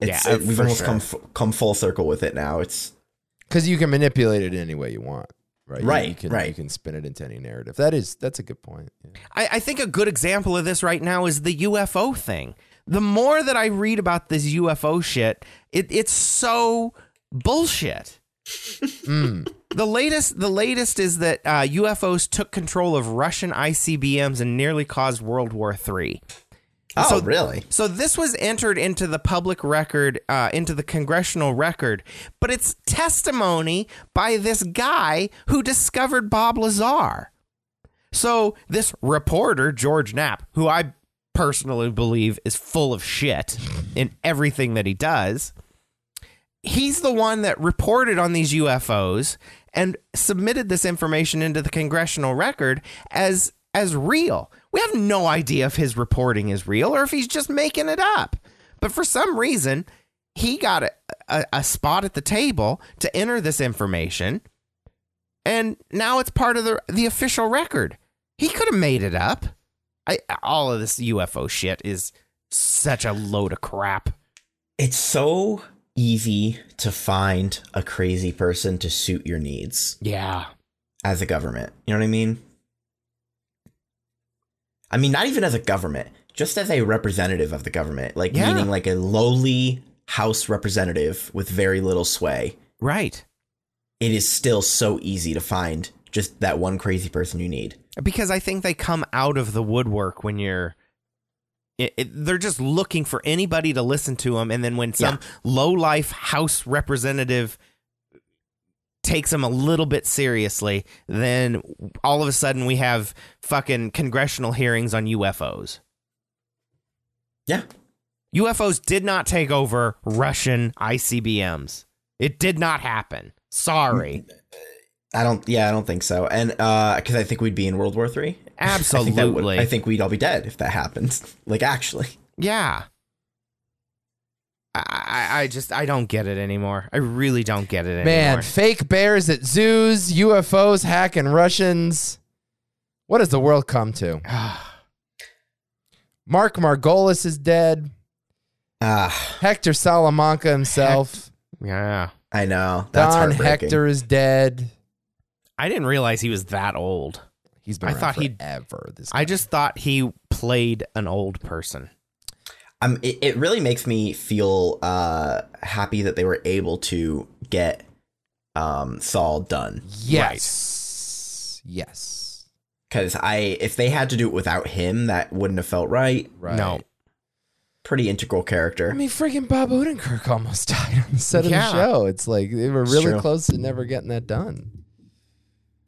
It's, Yeah, it- we've for almost sure. come f- come full circle with it now. It's Because you can manipulate it any way you want, right? You- You, Right, can, right. You can spin it into any narrative. That is, that's a good point. Yeah. I, I think a good example of this right now is the UFO thing. The more that I read about this UFO shit, it, it's so bullshit. Hmm. The latest, the latest is that uh, UFOs took control of Russian ICBMs and nearly caused World War III. oh So- really? So this was entered into the public record, uh, into the congressional record, but it's testimony by this guy who discovered Bob Lazar. So this reporter, George Knapp, who I personally believe is full of shit in everything that he does, he's the one that reported on these UFOs and submitted this information into the congressional record as as real. We have no idea if his reporting is real or if he's just making it up. But for some reason, he got a, a, a spot at the table to enter this information, and now it's part of the the official record. He could have made it up. I, all of this UFO shit is such a load of crap. It's so easy to find a crazy person to suit your needs Yeah. as a government. You know what I mean? I mean, not even as a government, just as a representative of the government, like Yeah. meaning like a lowly House representative with very little sway. Right. It is still so easy to find just that one crazy person you need. because I think they come out of the woodwork when you're. It, it, they're just looking for anybody to listen to them, and then when some low life House representative takes them a little bit seriously, then all of a sudden we have fucking congressional hearings on UFOs. Yeah. UFOs did not take over Russian ICBMs. It did not happen. Sorry. I don't. Yeah, I don't think so. And because I think we'd be in World War Three. I think, that would- Absolutely. I think we'd all be dead if that happened. Like actually, Yeah. I, I I just I don't get it anymore. I really don't get it Man, anymore. fake bears at zoos, UFOs hacking Russians. What has the world come to? Mark Margolis is dead. Ah, Hector Salamanca himself. Yeah. I know. That's Don heartbreaking. Hector is dead. I didn't realize he was that old. He's been I around thought he'd- forever. This guy. I just thought he played an old person. um, it, it really makes me feel uh, happy that they were able to get um, Saul done yes, yes, because I if they had to do it without him, that wouldn't have felt right. right. No. Pretty integral I character. mean, freaking Bob Odenkirk almost died on the set Yeah. of the show. It's like they were It's really true. close to never getting that done.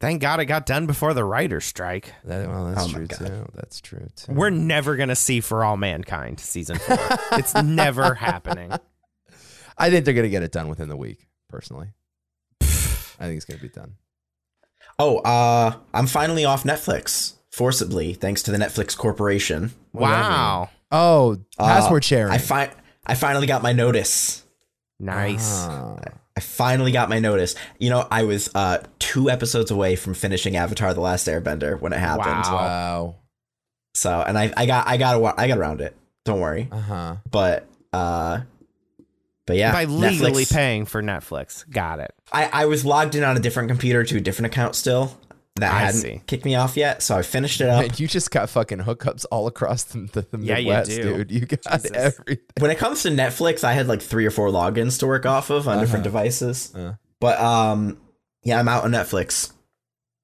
Thank God it got done before the writer's strike. That, well, that's Oh my true God. too. That's true too. We're never going to see For All Mankind season four. it's never happening. I think they're gonna get it done within the week. Personally, I think it's gonna be done. Oh, uh, I'm finally off Netflix forcibly, thanks to the Netflix Corporation. Wow. Oh, Uh, password sharing. I fi- I finally got my notice. Nice. Ah. I finally got my notice. You know, I was uh, two episodes away from finishing Avatar: The Last Airbender when it happened. Wow. wow. So, and I, I got, I got, a, I got around it. Don't worry. Uh huh. But, uh, but yeah, By legally Netflix- paying for Netflix. Got it. I, I was logged in on a different computer to a different account still that I hadn't see. kicked me off yet. So I finished it up. Man, you just got fucking hookups all across the, the, the Yeah, you Midwest, do. dude. You got Jesus. everything. when it comes to Netflix, I had like three or four logins to work off of on different devices. Uh-huh. Uh. But um, yeah, I'm out on Netflix.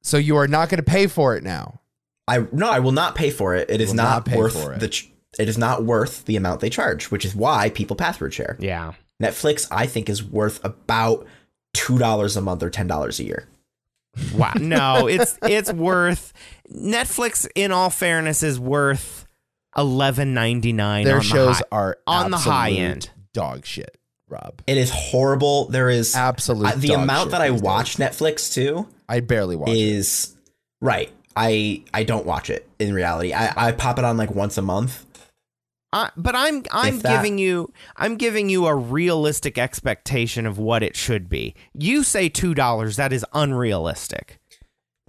So you are not going to pay for it now. I no, I will not pay for it. It is will not, not pay worth for it. the. Ch- it is not worth the amount they charge, which is why people password share. Yeah. Netflix, I think, is worth about two dollars a month or ten dollars a year. Wow. No, it's it's worth Netflix in all fairness is worth 11.99 Their on the shows high- are on the high absolute end. dog shit, Rob. It is horrible. There is Absolute. Uh, I- the dog amount shit that I these watch days. Netflix too I barely watch. it. is right. I I don't watch it in reality. I I pop it on like once a month. Uh, but I'm I'm If that- giving you I'm giving you a realistic expectation of what it should be. You say two dollars, that is unrealistic.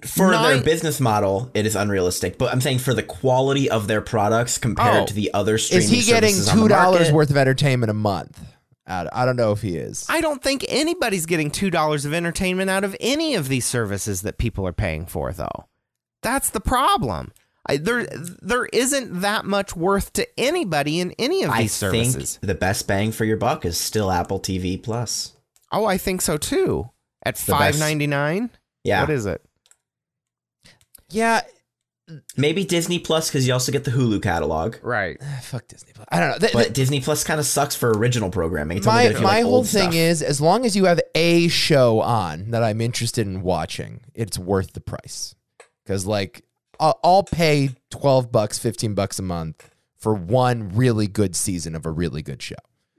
For their Nine- business model, it is unrealistic. But I'm saying for the quality of their products compared Oh. to the other streaming Is he getting services on the two dollars market- worth of entertainment a month? I I don't know if he is. I don't think anybody's getting two dollars of entertainment out of any of these services that people are paying for, though. That's the problem. I, there there isn't that much worth to anybody in any of these I services. think the best bang for your buck is still Apple TV Plus. oh, I think so too. At the best. five ninety nine, Yeah, what is it? yeah, maybe Disney Plus because you also get the Hulu catalog. Right. eh, fuck Disney. Plus. I don't know. Th- But th- Disney Plus kind of sucks for original programming. It's only my good if you my like whole old thing stuff. is, as long as you have a show on that I'm interested in watching, it's worth the price. Because like, I'll, I'll pay twelve bucks, fifteen bucks a month for one really good season of a really good show.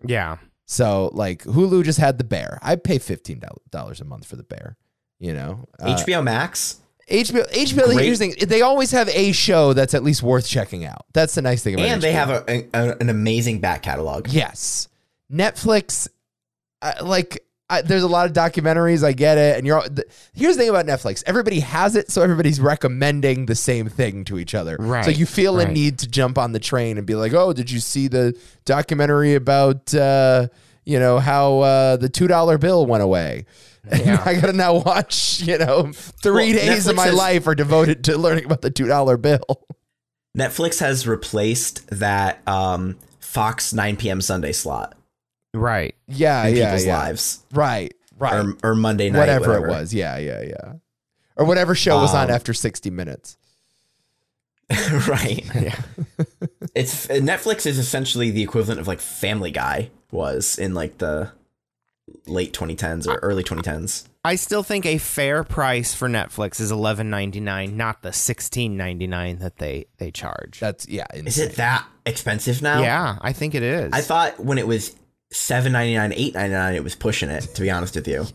Yeah. So like Hulu just had the bear. I pay fifteen dollars a month for the bear. You know, uh, HBO Max. HBO HBO. the Great. interesting. They always have a show that's at least worth checking out. That's the nice thing about. And they HBO. have a, a- an amazing back catalog. yes, Netflix. I, like I, there's a lot of documentaries. I get it. And you're all, th- here's the thing about Netflix. Everybody has it, so everybody's recommending the same thing to each other. So Right, you feel a right. need to jump on the train and be like, oh, did you see the documentary about? Uh, you know how uh, the two dollar bill went away. And I gotta now watch. You know, three Well, days of Netflix my has- life are devoted to learning about the two dollar bill. Netflix has replaced that um, Fox 9 p.m. Sunday slot Right. Yeah, in yeah, people's yeah. lives, Right, right. or, or Monday night, whatever, it was. Yeah, yeah, yeah. Or whatever show was on Um, after 60 minutes. was. right. Yeah. It's Netflix is essentially the equivalent of like Family Guy was in like the late 2010s or early 2010s. I still think a fair price for Netflix is eleven ninety nine, not the sixteen ninety nine that they they charge. That's yeah. Is Insane. it that expensive now? yeah, I think it is. I thought when it was 7.99, 8.99 it was pushing it to be honest with you.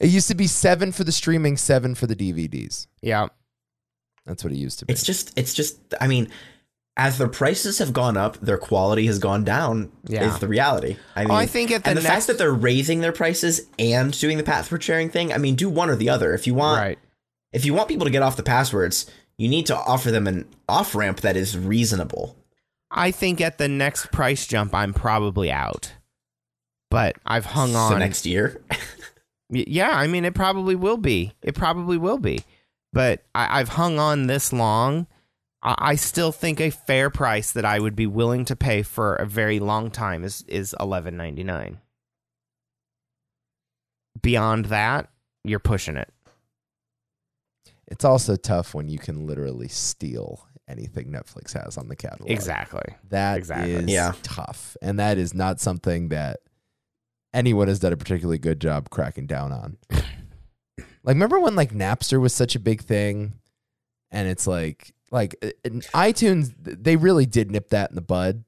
It used to be seven for the streaming, seven for the DVDs. yeah, That's what it used to be. It's just it's just I mean as their prices have gone up, their quality has gone down Yeah. is the reality. I mean Oh, I think at the and the next- fact that they're raising their prices and doing the password sharing thing, I mean do one or the other. If you want right. if you want people to get off the passwords, You need to offer them an off ramp that is reasonable. I think at the next price jump, I'm probably out. But I've hung So on. next year. Y- Yeah, I mean, it probably will be. It probably will be. But I, I've hung on this long. I, I still think a fair price that I would be willing to pay for a very long time is is eleven ninety nine. Beyond that, you're pushing it. It's also tough when you can literally steal anything Netflix has on the catalog. Exactly. That is Exactly. Yeah. tough. And that is not something that anyone has done a particularly good job cracking down on. like remember when like Napster was such a big thing and it's like like uh, and iTunes they really did nip that in the bud.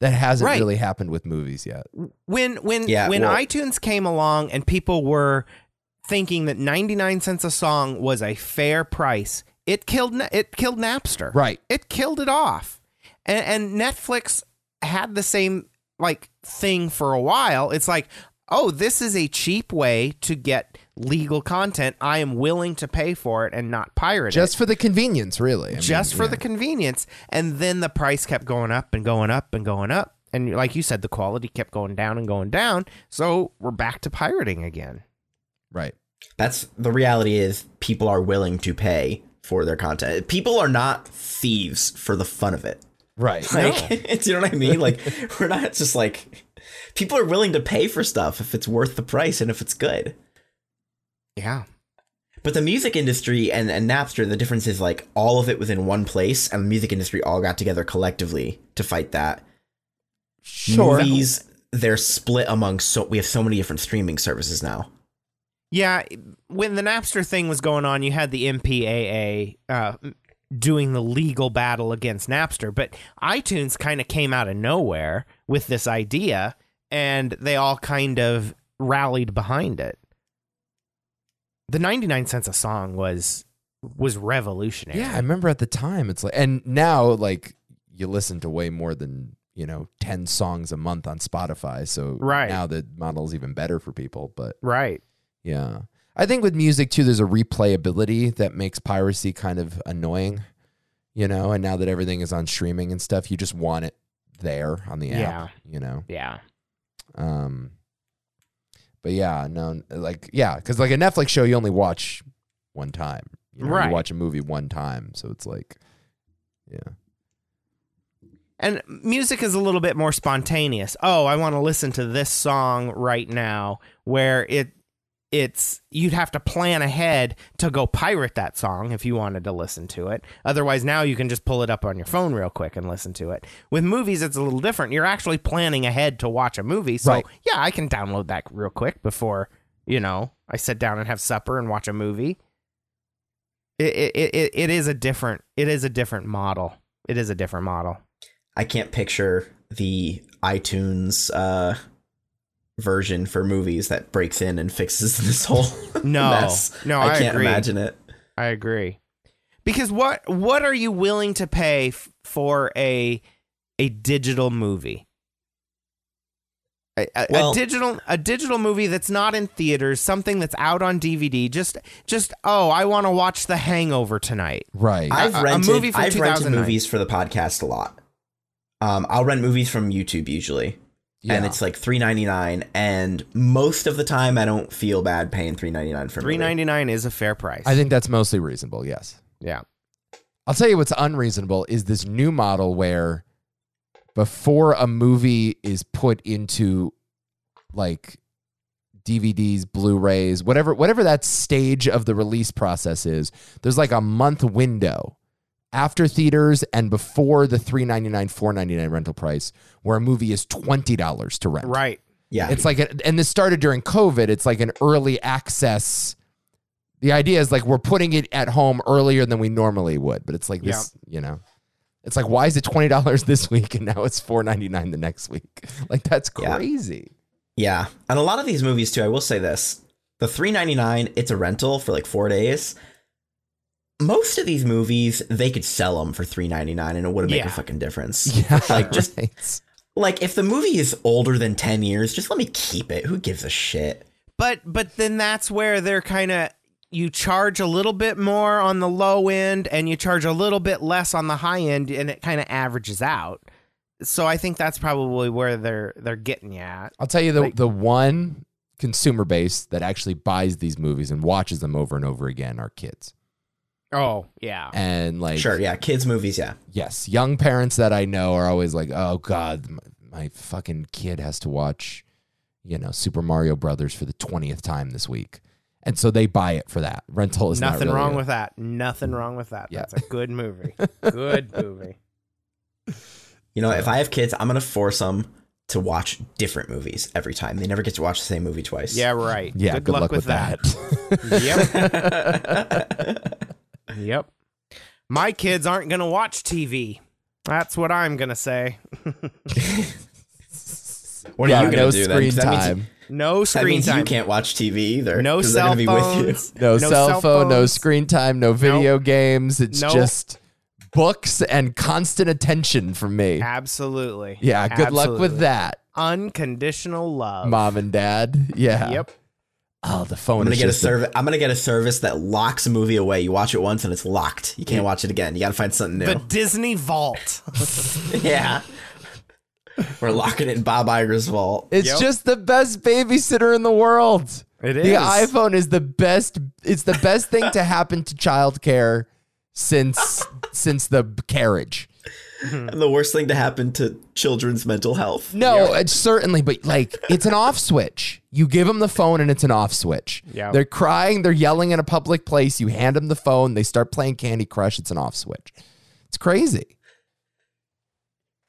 That hasn't Right. really happened with movies yet. when when Yeah, when well- iTunes came along and people were thinking that 99 cents a song was a fair price, it killed Na- it killed Napster. Right. It killed it off. And and Netflix had the same like thing for a while. It's like, "Oh, this is a cheap way to get legal content. I am willing to pay for it and not pirate it." Just for the convenience, really. I mean, just for yeah. the convenience. And then the price kept going up and going up and going up. And like you said, the quality kept going down and going down. So we're back to pirating again. right. That's the reality is people are willing to pay for their content. People are not thieves for the fun of it. Right. Like, do you know what I mean? Like, we're not just like people are willing to pay for stuff if it's worth the price and if it's good. Yeah. But the music industry and, and Napster, the difference is like all of it was in one place, and the music industry all got together collectively to fight that. Sure. Movies, they're split among so we have so many different streaming services now. Yeah. When the Napster thing was going on, you had the MPAA uh, doing the legal battle against Napster. But iTunes kind of came out of nowhere with this idea, and they all kind of rallied behind it. The 99 cents a song was was revolutionary. Yeah, I remember at the time it's like and now like you listen to way more than, you know, 10 songs a month on Spotify. So Right. now the model's even better for people, but Right. yeah. I think with music too there's a replayability that makes piracy kind of annoying, you know, and now that everything is on streaming and stuff, you just want it there on the app, Yeah. you know. Yeah. Um but yeah, no like yeah, cuz like a Netflix show you only watch one time. You know, Right. You watch a movie one time, so it's like yeah. And music is a little bit more spontaneous. Oh, I want to listen to this song right now where it it's you'd have to plan ahead to go pirate that song if you wanted to listen to it. Otherwise now you can just pull it up on your phone real quick and listen to it. With movies it's a little different. You're actually planning ahead to watch a movie. So Right. yeah, I can download that real quick before, you know, I sit down and have supper and watch a movie. It it, it, it is a different it is a different model. It is a different model. I can't picture the iTunes uh, version for movies that breaks in and fixes this whole No. mess. No, I can't agree. imagine it. I agree. Because what what are you willing to pay f- for a a digital movie? A, a, a Well- digital a digital movie that's not in theaters, something that's out on DVD. Just just oh, I want to watch The Hangover tonight. Right. I've a rented movie from I've rented 2009. movies for the podcast a lot. Um, I'll rent movies from YouTube usually, and it's like three ninety nine. And most of the time, I don't feel bad paying three ninety nine for a movie. Three ninety nine is a fair price. I think that's mostly reasonable, yes. yeah. I'll tell you what's unreasonable is this new model where before a movie is put into like DVDs, Blu-rays, whatever whatever that stage of the release process is, there's like a month window after theaters and before the 3.99 4.99 rental price where a movie is $20 to rent. Right. Yeah, It's like, a, and this started during COVID. It's like an early access. The idea is like we're putting it at home earlier than we normally would, but it's like this, you know, it's like why is it twenty dollars this week and now it's four ninety nine the next week? Like that's Yeah. crazy. yeah. And a lot of these movies too. I will say this: the three ninety nine, it's a rental for like four days. Most of these movies, they could sell them for three ninety nine, and it wouldn't make Yeah. a fucking difference. Yeah, like just right. like if the movie is older than ten years, just let me keep it. Who gives a shit? But but then that's where they're kind of you charge a little bit more on the low end and you charge a little bit less on the high end and it kind of averages out. So I think that's probably where they're they're getting you at. I'll tell you the the one consumer base that actually buys these movies and watches them over and over again are kids. Oh, yeah. And like Sure, yeah, kids movies, yeah. yes, young parents that I know are always like, "Oh god, my, my fucking kid has to watch, you know, Super Mario Brothers for the 20th time this week." And so they buy it for that. Rental is not Nothing really wrong a- with that. Nothing wrong with that. Yeah. That's a good movie. good movie. You know, if I have kids, I'm gonna force them to watch different movies every time. They never get to watch the same movie twice. Yeah, right. Yeah, good, luck, with, that. yep. Yep. My kids aren't going to watch TV. That's what I'm going to say. What yeah, are you gonna no do then? screen 'Cause that means- time. No that screen means time. you can't watch TV either. no 'cause they're gonna cell be phones. no, cell, phone, no phones. screen time, no video games. It's Nope. just books and constant attention from me. Absolutely. Yeah, good luck Absolutely. with that, Unconditional love. mom and dad. Yeah. Yep. Oh, the phone I'm gonna is get a just the- service. I'm gonna get a service that locks a movie away. You watch it once and it's locked. You can't watch it again. You gotta find something The new. Disney Vault. yeah, we're locking it in Bob Iger's vault. It's Yep. just the best babysitter in the world. It The is. iPhone is the best. It's the best thing to happen to childcare since since the b- carriage. Hmm. And the worst thing to happen to children's mental health. No, it's certainly, but like it's an off switch. You give them the phone and it's an off switch. Yeah. They're crying, they're yelling in a public place. You hand them the phone, they start playing Candy Crush. It's an off switch. It's crazy.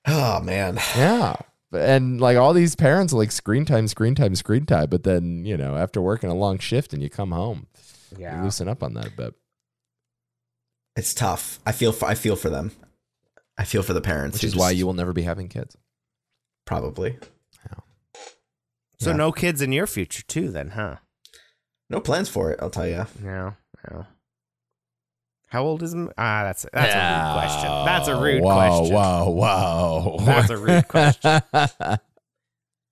Oh man. Yeah. And like all these parents are like screen time, screen time, screen time. But then, you know, after working a long shift and you come home, you yeah. loosen up on that a bit. It's tough. I feel for I feel for them. I feel for the parents. Which who is why just- you will never be having kids. probably So Yeah. no kids in your future too then, huh? no plans for it. I'll tell you. No. No. How old is m- Ah, that's that's a rude question. That's a rude Oh, whoa, question. Whoa, whoa, That's a rude question.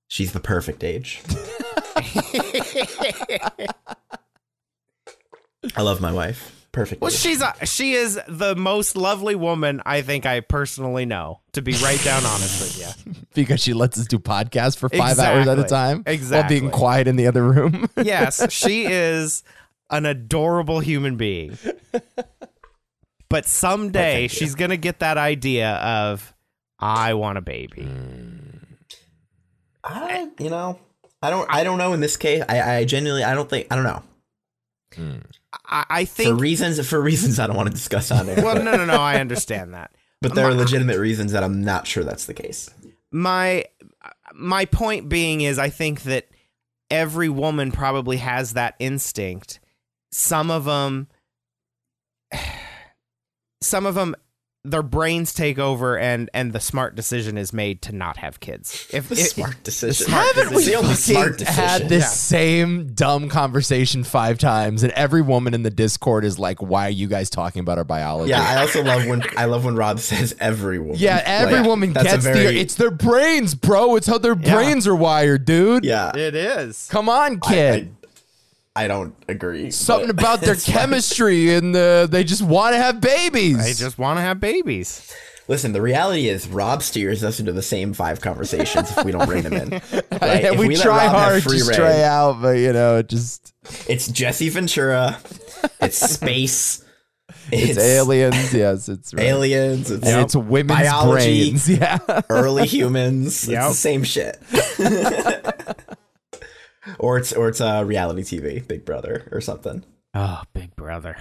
She's the perfect age. I love my wife. Perfect. Well, age. she's a, she is the most lovely woman I think I personally know. To be right down honest with you, because she lets us do podcasts for five hours at a Exactly. time while Exactly. being quiet in the other room. yes, she is an adorable human being. But someday she's gonna get that idea of I want a baby. Mm. I, you know, I don't. I don't know. In this case, I, I genuinely, I don't think. I don't know. I, I For think. reasons, for reasons I don't want to discuss on air. well, but, no, no, no. I understand that. but there are legitimate reasons that I'm not sure that's the case. my my point being is I think that every woman probably has that instinct. Some of them some of them their brains take over and and the smart decision is made to not have kids. If The it- smart decision. Haven't It's we the only smart fucking had decision. this Yeah. same dumb conversation five times? And every woman in the Discord is like, "Why are you guys talking about our biology?" yeah, I also love when I love when Rob says every woman. Yeah, every Like, woman that's a gets very- the. It's their brains, bro. It's how their Yeah. brains are wired, dude. yeah. it is. Come on, I- kid. I, I don't agree. Something but- about their it's fine. chemistry and the, they just want to have babies. They just want to have babies. Listen, the reality is Rob steers us into the same five conversations if we don't rein him in. Right? and If we, let try Rob have hard to free rein, stray out, but you know, it just It's Jesse Ventura. It's space. it's, aliens. Yes, it's right. aliens. It's, And it's women's Biology. brains. Yeah, early humans. Yep. It's the same shit. or it's or it's uh, reality TV, Big Brother or something. Oh, big brother.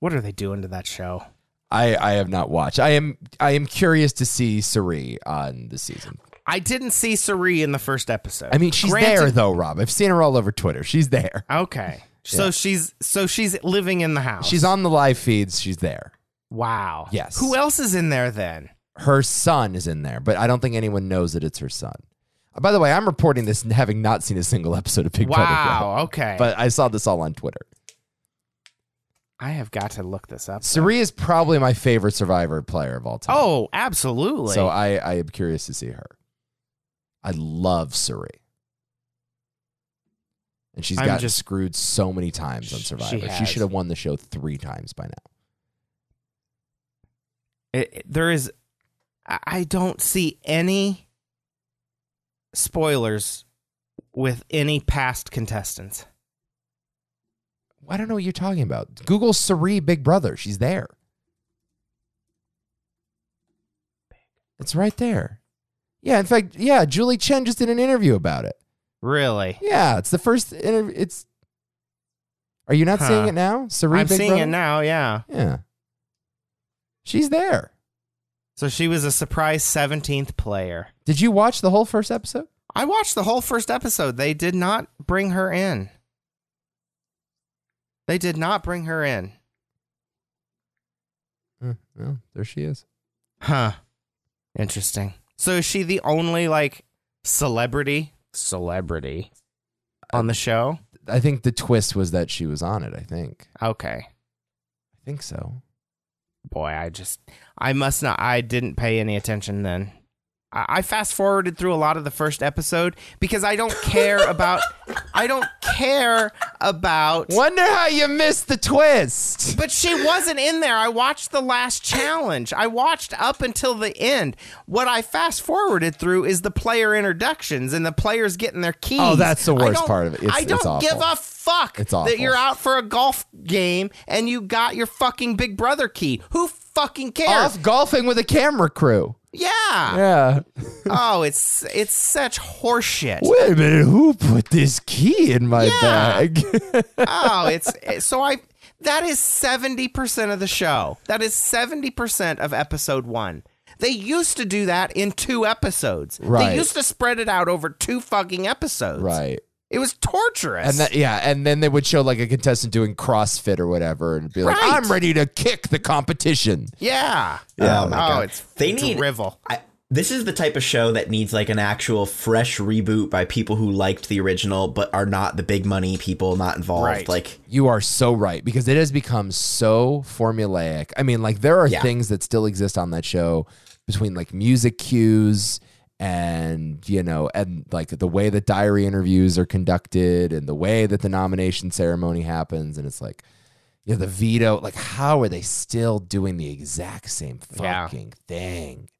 What are they doing to that show? I I have not watched. I am I am curious to see Suri on this season. I didn't see Sari in the first episode. I mean, she's Granted- there though, Rob. I've seen her all over Twitter. She's there. Okay. So she's so she's living in the house. She's on the live feeds. She's there. Wow. Yes. Who else is in there then? her son is in there, but I don't think anyone knows that it's her son. Uh, By the way, I'm reporting this having not seen a single episode of Big Brother. yet, Wow. Okay. But I saw this all on Twitter. I have got to look this up. though. Suri is probably my favorite survivor player of all time. oh, absolutely. so uh, I, I am curious to see her. I love Suri. And she's I'm gotten just- screwed so many times on She Survivor. She, has. should have won the show three times by now. It, it- there is, I- I don't see any spoilers with any past contestants. I don't know what you're talking about. Google Sari Big Brother. She's there. It's right there. Yeah, in fact, yeah, Julie Chen just did an interview about it. Really, Yeah, it's the first interview. It's. Are you not seeing Huh. it now? Sari I'm Big seeing Brother? it now. Yeah, Yeah. She's there. so she was a surprise 17th player. Did you watch the whole first episode? I watched the whole first episode. They did not bring her in. They did not bring her in. Uh, no, there she is. Huh. Interesting. So is she the only like celebrity celebrity on the show? I think the twist was that she was on it. I think. Okay. I think so. Boy, I just I must not I didn't pay any attention then. I, I fast forwarded through a lot of the first episode because I don't care about I don't care about Wonder how you missed the twist. But she wasn't in there. I watched the last challenge. I watched up until the end. What I fast forwarded through is the player introductions and the players getting their keys. Oh, that's the I worst don't- part of it. It's- I it's don't awful. give a fuck It's awful. that you're out for a golf game and you got your fucking Big Brother key. Who fucking cares? Off golfing with a camera crew. Yeah. Yeah. Oh, it's it's such horseshit. Wait a minute. Who put this key in my bag? oh, it's so I. That is seventy percent of the show. That is seventy percent of episode one. They used to do that in two episodes. Right. They used to spread it out over two fucking episodes. right. It was torturous. And that, yeah, and then they would show like a contestant doing CrossFit or whatever, and be like, Right. "I'm ready to kick the competition." yeah. Yeah, oh, my God. it's They need- drivel. I, this is the type of show that needs like an actual fresh reboot by people who liked the original but are not the big money people not involved. Right. Like You are so right because it has become so formulaic. I mean, like there are Yeah. things that still exist on that show between like music cues and you know and like the way that diary interviews are conducted and the way that the nomination ceremony happens and it's like you know the veto like how are they still doing the exact same Yeah. fucking thing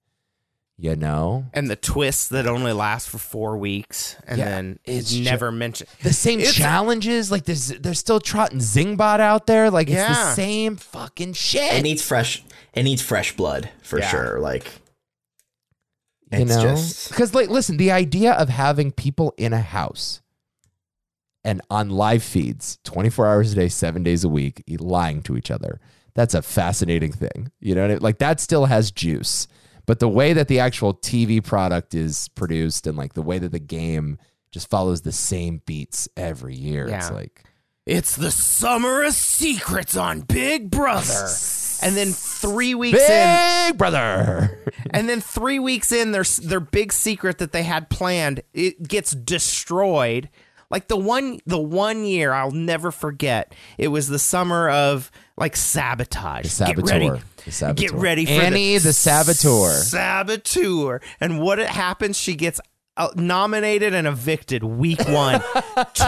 you know And the twists that only last for four weeks and Yeah, then it's it's ju- never mentioned. the same It's- challenges like there's they're still trotting zingbot out there like it's the Yeah. same fucking shit it needs fresh it needs fresh blood for Yeah. sure. Like you It's know just- because like listen the idea of having people in a house and on live feeds 24 hours a day seven days a week e- lying to each other that's a fascinating thing you know what I mean? like that still has juice but the way that the actual tv product is produced and like the way that the game just follows the same beats every year it's Yeah. like It's the summer of secrets on Big Brother. And then three weeks in, big brother And then three weeks in, their their big secret that they had planned it gets destroyed. Like the one the one year I'll never forget. It was the summer of like sabotage. The Saboteur. Get ready. The Saboteur. Get ready for Annie the Saboteur. Saboteur. And what it happens, she gets uh, nominated and evicted week one.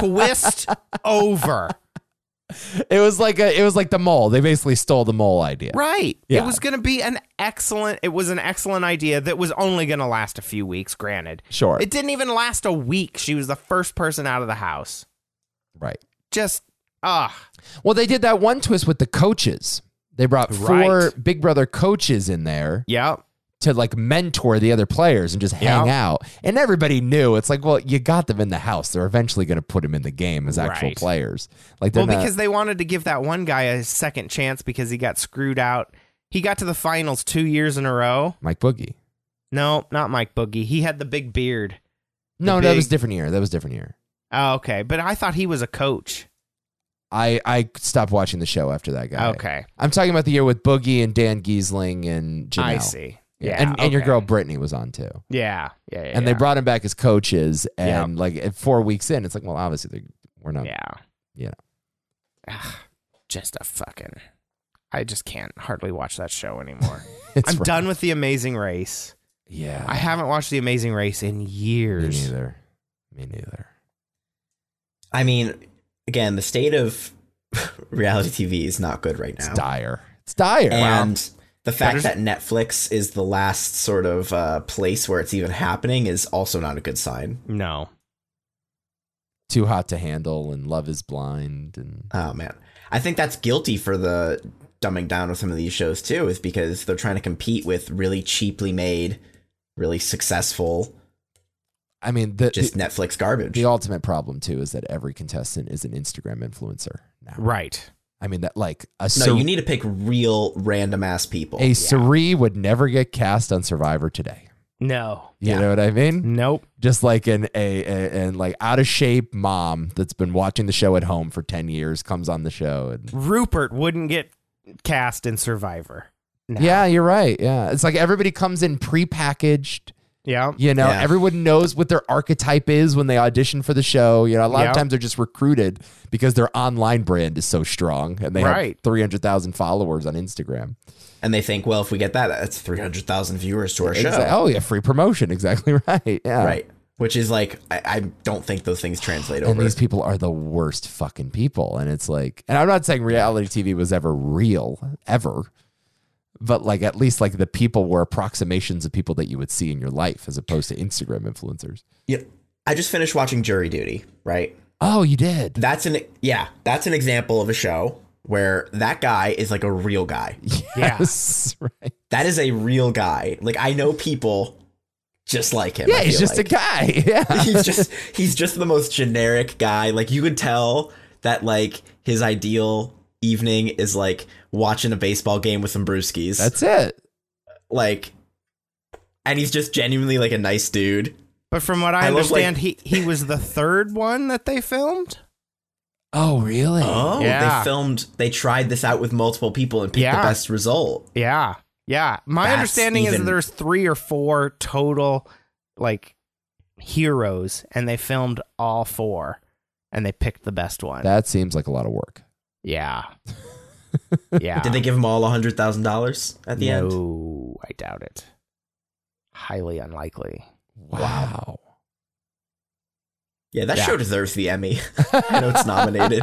Twist over. it was like a, it was like the mole they basically stole the mole idea Right. Yeah. It was going to be an excellent it was an excellent idea that was only going to last a few weeks, granted. Sure. It didn't even last a week. She was the first person out of the house. right Just ah. Well, they did that one twist with the coaches. They brought four Right. Big Brother coaches in there Yep. to like mentor the other players and just hang Yeah. out. And everybody knew it's like, well, you got them in the house. They're eventually going to put them in the game as actual Right. players. Like, they're Well, not- because they wanted to give that one guy a second chance because he got screwed out. He got to the finals 2 years in a row. Mike Boogie. No, not Mike Boogie. He had the big beard. No, that was big- different year. That was different year. Oh, okay. But I thought he was a coach. I I stopped watching the show after that guy. Okay. I'm talking about the year with Boogie and Dan Giesling and Janelle. I see. Yeah. and and your okay. girl Brittany was on too. Yeah. Yeah. yeah And they yeah. brought him back as coaches. Yeah. And like at four weeks in, it's like, well, obviously they're, we're not Yeah. Um, Yeah. Ugh, just a fucking. I just can't hardly watch that show anymore. It's I'm rough. done with The Amazing Race. Yeah. I haven't watched The Amazing Race in Me years. neither. Me neither. I mean, again, the state of reality TV is not good right now. It's dire. It's dire. and the fact that Netflix is the last sort of uh, place where it's even happening is also not a good sign. No. Too hot to handle and love is blind and Oh man, I think that's guilty for the dumbing down of some of these shows too, is because they're trying to compete with really cheaply made, really successful, I mean the just the, Netflix garbage. the ultimate problem too is that every contestant is an Instagram influencer now. Right. I mean that like a no, Sar- you need to pick real random ass people. a Sari would never get cast on Survivor today. No. You Yeah. Mm-hmm. know what I mean? Nope. just like an a, a and like out of shape mom that's been watching the show at home for 10 years comes on the show and Rupert wouldn't get cast in Survivor. No. yeah you're right yeah it's like everybody comes in prepackaged Yeah. you know Yeah. everyone knows what their archetype is when they audition for the show you know a lot Yeah. of times they're just recruited because their online brand is so strong and they have Right. 300,000 followers on Instagram and they think, well, if we get that, that's three hundred thousand viewers to our show, Exa- oh yeah free promotion exactly right yeah right? Which is like, I, I don't think those things translate and over. these people are the worst fucking people and it's like and i'm not saying reality tv was ever real ever but like at least like the people were approximations of people that you would see in your life as opposed to instagram influencers You know, I just finished watching Jury Duty, right? oh you did That's an yeah, that's an example of a show where that guy is like a real guy. yes right That is a real guy. Like I know people just like him. yeah I he's feel just like. a guy yeah he's just he's just the most generic guy. Like you could tell that like his ideal evening is like watching a baseball game with some brewskis. that's it like and he's just genuinely like a nice dude. But from what I, I love, like- understand, he he was the third one that they filmed. oh really Oh, Yeah. they filmed they tried this out with multiple people and picked Yeah. the best result. Yeah. Yeah. My That's understanding is even- there's three or four total like heroes and they filmed all four and they picked the best one. that seems like a lot of work yeah. yeah. Did they give him all hundred thousand dollars at the end? No, I doubt it. Highly unlikely. wow Yeah, that Yeah. show deserves the Emmy. I know it's nominated.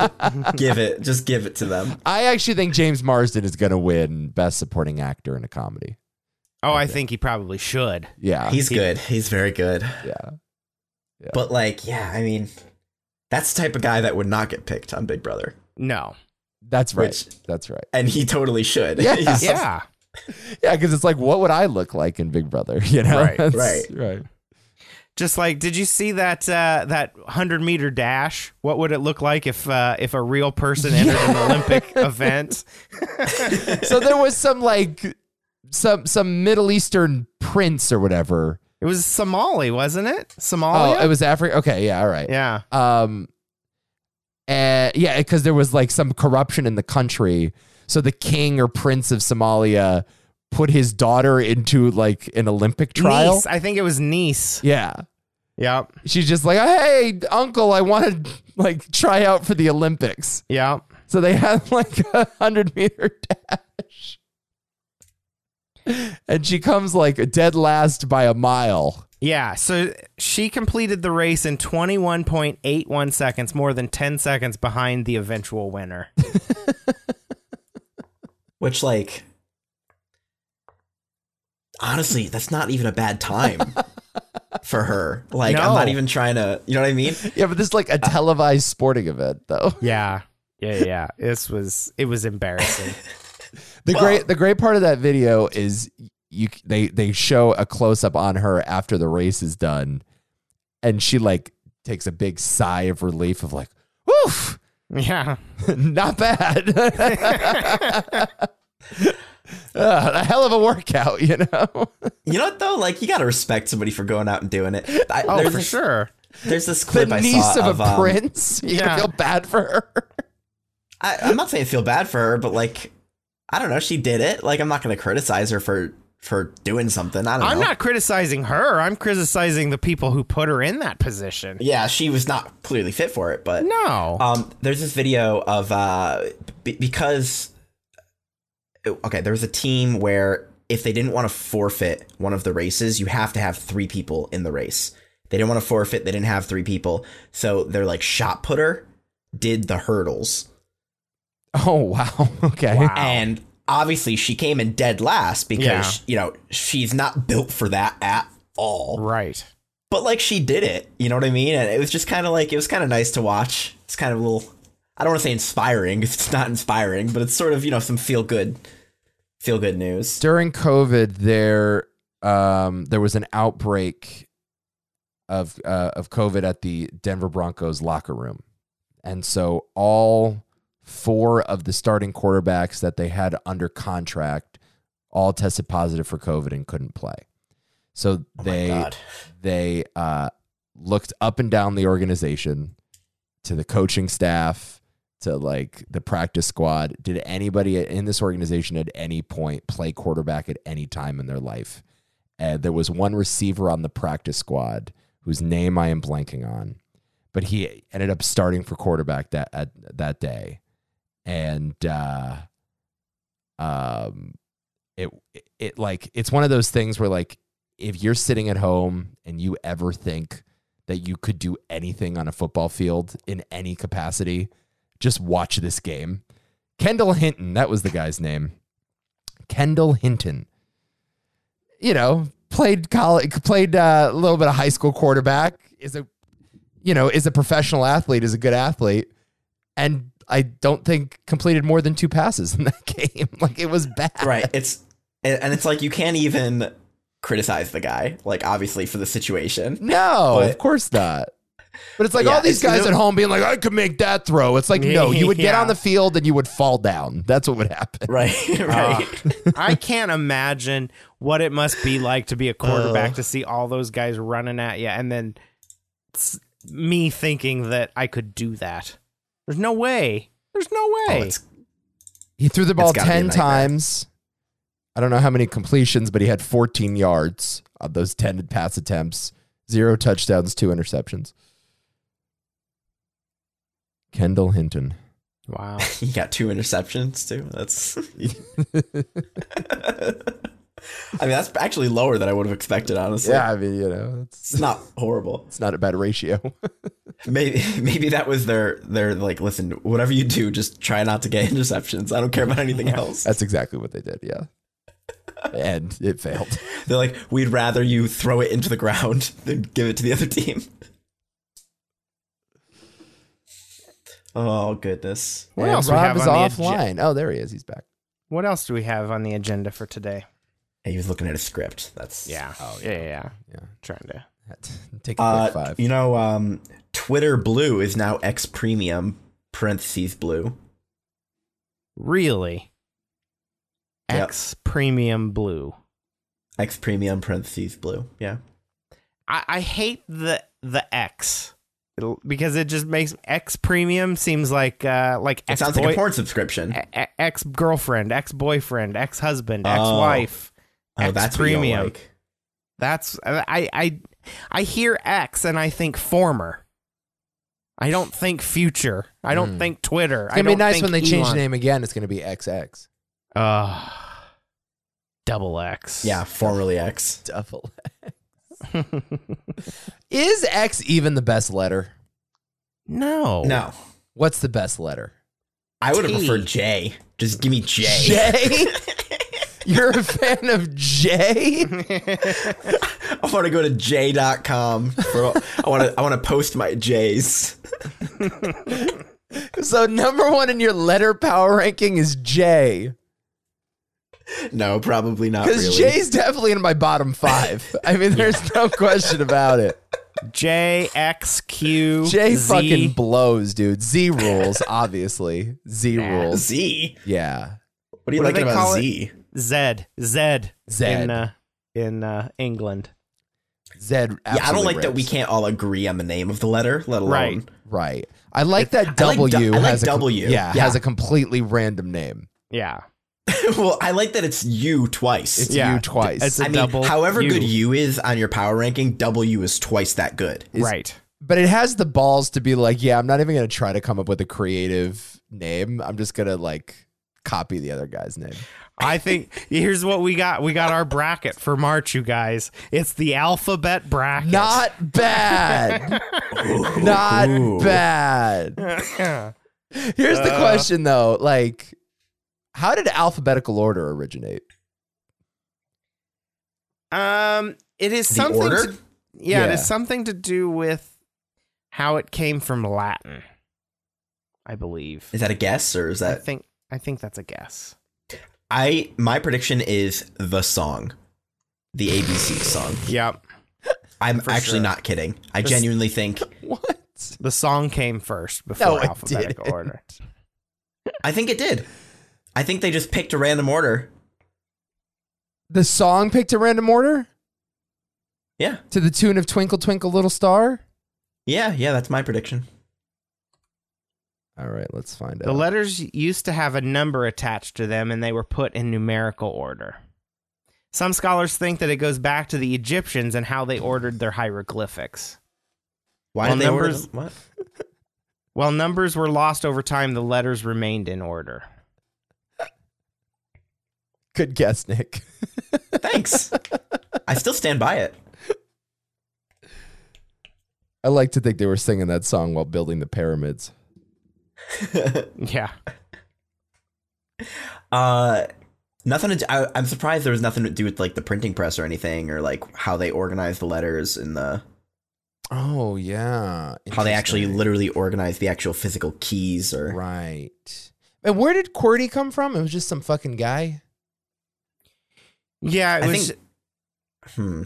give it, just give it to them. i actually think james marsden is going to win best supporting actor in a comedy Oh, I think he probably should. yeah He's good. He's very good. yeah But like, yeah, I mean, that's the type of guy that would not get picked on Big Brother, No. that's right Which- that's right and he totally should. Yeah. He's- Yeah. Yeah, because it's like, what would I look like in Big Brother? You know, Right, That's- right. right. Just like, did you see that uh, that hundred meter dash? What would it look like if uh, if a real person entered an Olympic event? So there was some like some some Middle Eastern prince or whatever. It was Somali, wasn't it? Oh, Somalia. it was Africa. Okay, yeah, all right. yeah. Um, and yeah, because there was like some corruption in the country, so the king or prince of Somalia put his daughter into like an Olympic trial. Nice. I think it was Nice. Yeah, Yep. she's just like, hey, uncle, I want to like try out for the Olympics. Yep. So they had like a hundred meter dash. And she comes like dead last by a mile. Yeah. So she completed the race in 21.81 seconds, more than 10 seconds behind the eventual winner. Which like honestly, that's not even a bad time for her. Like No. I'm not even trying to you know what I mean? Yeah, but this is like a televised sporting event though. Yeah. Yeah. Yeah. This was, it was embarrassing. The Well- great the great part of that video is you they they show a close up on her after the race is done and she like takes a big sigh of relief of like, woof, yeah. not bad. Uh, a hell of a workout, you know. You know what though? Like you gotta respect somebody for going out and doing it. I, Oh, there's for this- sure. There's this the clip I niece saw of, of, a um, prince. You Yeah. feel bad for her. I, I'm not saying I feel bad for her, but like, I don't know. She did it. Like, I'm not going to criticize her for for doing something. I don't I'm know. not criticizing her. I'm criticizing the people who put her in that position. Yeah, she was not clearly fit for it, but No. um, there's this video of uh, b- because okay, there was a team where if they didn't want to forfeit one of the races, you have to have three people in the race. They didn't want to forfeit. They didn't have three people. So they're like shot putter did the hurdles. Oh wow. Okay. Wow. And obviously she came in dead last because, Yeah. you know, she's not built for that at all Right. but like she did it you know what i mean and it was just kind of like it was kind of nice to watch it's kind of a little i don't want to say inspiring 'cause it's not inspiring but it's sort of you know some feel good feel good news During COVID, there um, there was an outbreak of uh, of COVID at the Denver Broncos locker room, and so all four of the starting quarterbacks that they had under contract all tested positive for COVID and couldn't play. So they they uh, looked up and down the organization to the coaching staff to like the practice squad did anybody in this organization at any point play quarterback at any time in their life and there was one receiver on the practice squad whose name i am blanking on but he ended up starting for quarterback that at, that day and uh um it it like it's one of those things where like if you're sitting at home and you ever think that you could do anything on a football field in any capacity, just watch this game. Kendall Hinton, that was the guy's name. Kendall Hinton. You know, played college, played uh, a little bit of high school quarterback. Is a, you know, is a professional athlete. Is a good athlete, and I don't think completed more than two passes in that game. Like it was bad. right it's and and it's like you can't even criticize the guy like obviously for the situation No, But- of course not. But it's like Yeah, all these it's- guys no- at home being like, I could make that throw. It's like, no, you would get Yeah. on the field and you would fall down. That's what would happen. right right I can't imagine what it must be like to be a Oh. quarterback to see all those guys running at you and then s- me thinking that I could do that. There's no way. There's no Oh, way. it's- He threw the ball gotta be a 10 nightmare. times. I don't know how many completions, but he had 14 yards on those 10 pass attempts, zero touchdowns, two interceptions. Kendall Hinton. wow. he got two interceptions too that's i mean that's actually lower than i would have expected honestly yeah, I mean, you know, it's, it's not horrible it's not a bad ratio. Maybe maybe that was their their like listen whatever you do just try not to get interceptions I don't care about anything else That's exactly what they did. Yeah. And it failed. they're like we'd rather you throw it into the ground than give it to the other team oh goodness What And else we Rob have is on the offline. oh, there he is. He's back. What else do we have on the agenda for today? hey, he was looking at a script that's Oh, yeah, yeah, yeah. Yeah. Trying to. Take a uh quick five. you know um Twitter Blue is now X Premium parentheses Blue Really? Yep. X Premium Blue. X Premium parentheses Blue yeah I, I hate the the X It'll- because it just makes X Premium seems like uh like it X sounds like a porn subscription ex girlfriend, ex boyfriend, ex husband, Oh. ex wife. oh X that's what you don't Premium. like. That's I I I hear X and I think former. I don't think future. I don't Hmm. Mm. think Twitter. it's gonna be nice when they change the the name again. It's gonna be XX. Uh, double X. yeah formerly X Double. Is X even the best letter? no. no What's the best letter? I would have T. preferred J. Just give me J. J. You're a fan of J? I want to go to J.com. For, I want to. I want to post my J's. So number one in your letter power ranking is J. No, probably not. Because Really. J's definitely in my bottom five. I mean, there's no question about it. J X Q J Z. fucking blows, dude. Z rules, obviously. Z rules. Z. Yeah. What do you What do like they about call it? Z? Zed Zed Zed. in uh, in uh, England. Z. Absolutely yeah, I don't like that we rips. can't all agree on the name of the letter, let alone. Right. Right. I like that I like W du- I like has a com- W. yeah, Yeah. has a completely random name. Yeah. well, I like that it's U twice. It's Yeah. you twice. It's a I mean, double. however U. good U is on your power ranking, W is twice that good. right. but it has the balls to be like, yeah, I'm not even gonna try to come up with a creative name. I'm just gonna like copy the other guy's name. I think here's what we got. We got our bracket for March, you guys. It's the alphabet bracket. Not bad. Not Ooh. bad. Here's the Uh. question though, like how did alphabetical order originate? um, it is The something. order? To, yeah, it Yeah. is something to do with how it came from Latin, I believe. Is that a guess or is I that think I think that's a guess. I my prediction is the song. The ABC song. Yep, I'm For actually sure. not kidding. I This- genuinely think What? the song came first before it alphabetical didn't. order. I think it did. I think they just picked a random order. The song picked a random order Yeah. to the tune of Twinkle Twinkle Little Star? Yeah, yeah, that's my prediction. All right, let's find The out. letters used to have a number attached to them and they were put in numerical order. Some scholars think that it goes back to the Egyptians and how they ordered their hieroglyphics. Why Well, did they order numbers- them? What? While numbers were lost over time, the letters remained in order. Good guess, Nick. Thanks. I still stand by it. I like to think they were singing that song while building the pyramids. Yeah. Uh nothing to do, I, I'm surprised there was nothing to do with like the printing press or anything or like how they organized the letters and the Oh yeah. how they actually Interesting. literally organized the actual physical keys or Right. And where did QWERTY come from? It was just some fucking guy. Yeah, it I was think hmm.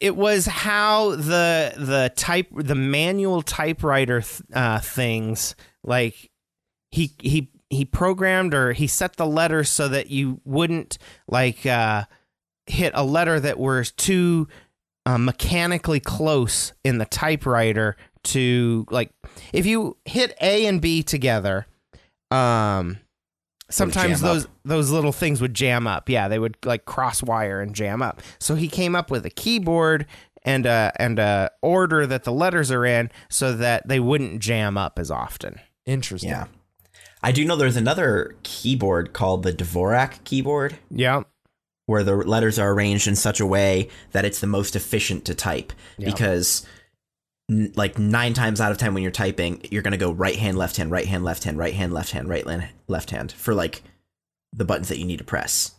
it was how the the type the manual typewriter th- uh, things like he he he programmed or he set the letters so that you wouldn't like uh, hit a letter that was too uh, mechanically close in the typewriter to like if you hit A and B together. Um, sometimes jam up. those those little things would jam up. Yeah, they would like cross wire and jam up. So he came up with a keyboard and a and a order that the letters are in so that they wouldn't jam up as often. Interesting. Yeah. I do know there's another keyboard called the Dvorak keyboard Yeah. where the letters are arranged in such a way that it's the most efficient to type Yeah. because n- like 9 times out of 10 when you're typing you're going to go right hand left hand right hand left hand right hand left hand right hand left hand for like the buttons that you need to press.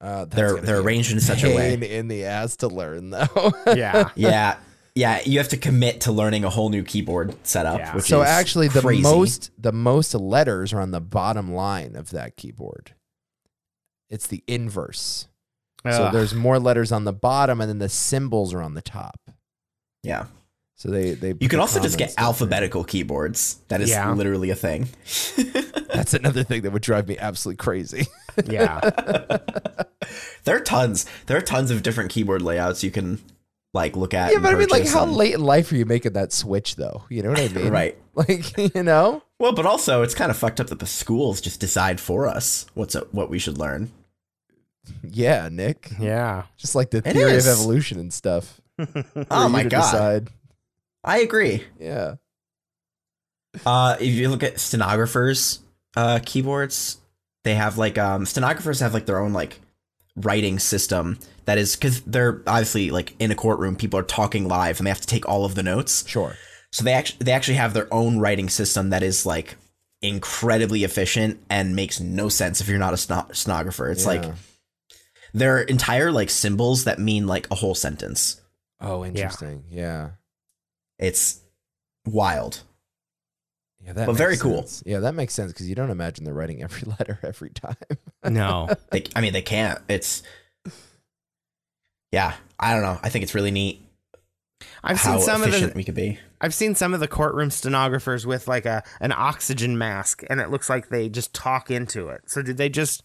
Uh, that's They're gonna they're be arranged in such a way. pain in the ass to learn though. Yeah. yeah. Yeah, you have to commit to learning a whole new keyboard setup. Yeah. Which so is actually, the crazy. most the most letters are on the bottom line of that keyboard. It's the inverse. So Ugh. there's more letters on the bottom, and then the symbols are on the top. yeah. So they they You put can also just commas get different. alphabetical keyboards. That is Yeah. literally a thing. That's another thing that would drive me absolutely crazy. yeah. There are tons. There are tons of different keyboard layouts you can like look at. yeah, and but I mean, like, purchase how and- late in life are you making that switch, though? You know what I mean? Right. Like, you know, Well, but also it's kind of fucked up that the schools just decide for us what's what we should learn. yeah, Nick. Yeah. Just like the It theory is. of evolution and stuff. Oh For my you to god, decide. I agree. Yeah. Uh, if you look at stenographers' uh, keyboards, they have like um, stenographers have like their own like writing system that is because they're obviously like in a courtroom, people are talking live and they have to take all of the notes. Sure. So they actually they actually have their own writing system that is like incredibly efficient and makes no sense if you're not a steno- stenographer. It's like Yeah. there are entire like symbols that mean like a whole sentence. oh, interesting. Yeah. It's wild. Yeah, that But makes very cool. sense. Yeah, that makes sense because you don't imagine they're writing every letter every time. No. Like I mean they can't. It's yeah. I don't know. I think it's really neat I've how seen some of efficient the we could be. I've seen some of the courtroom stenographers with like a an oxygen mask and it looks like they just talk into it. So did they just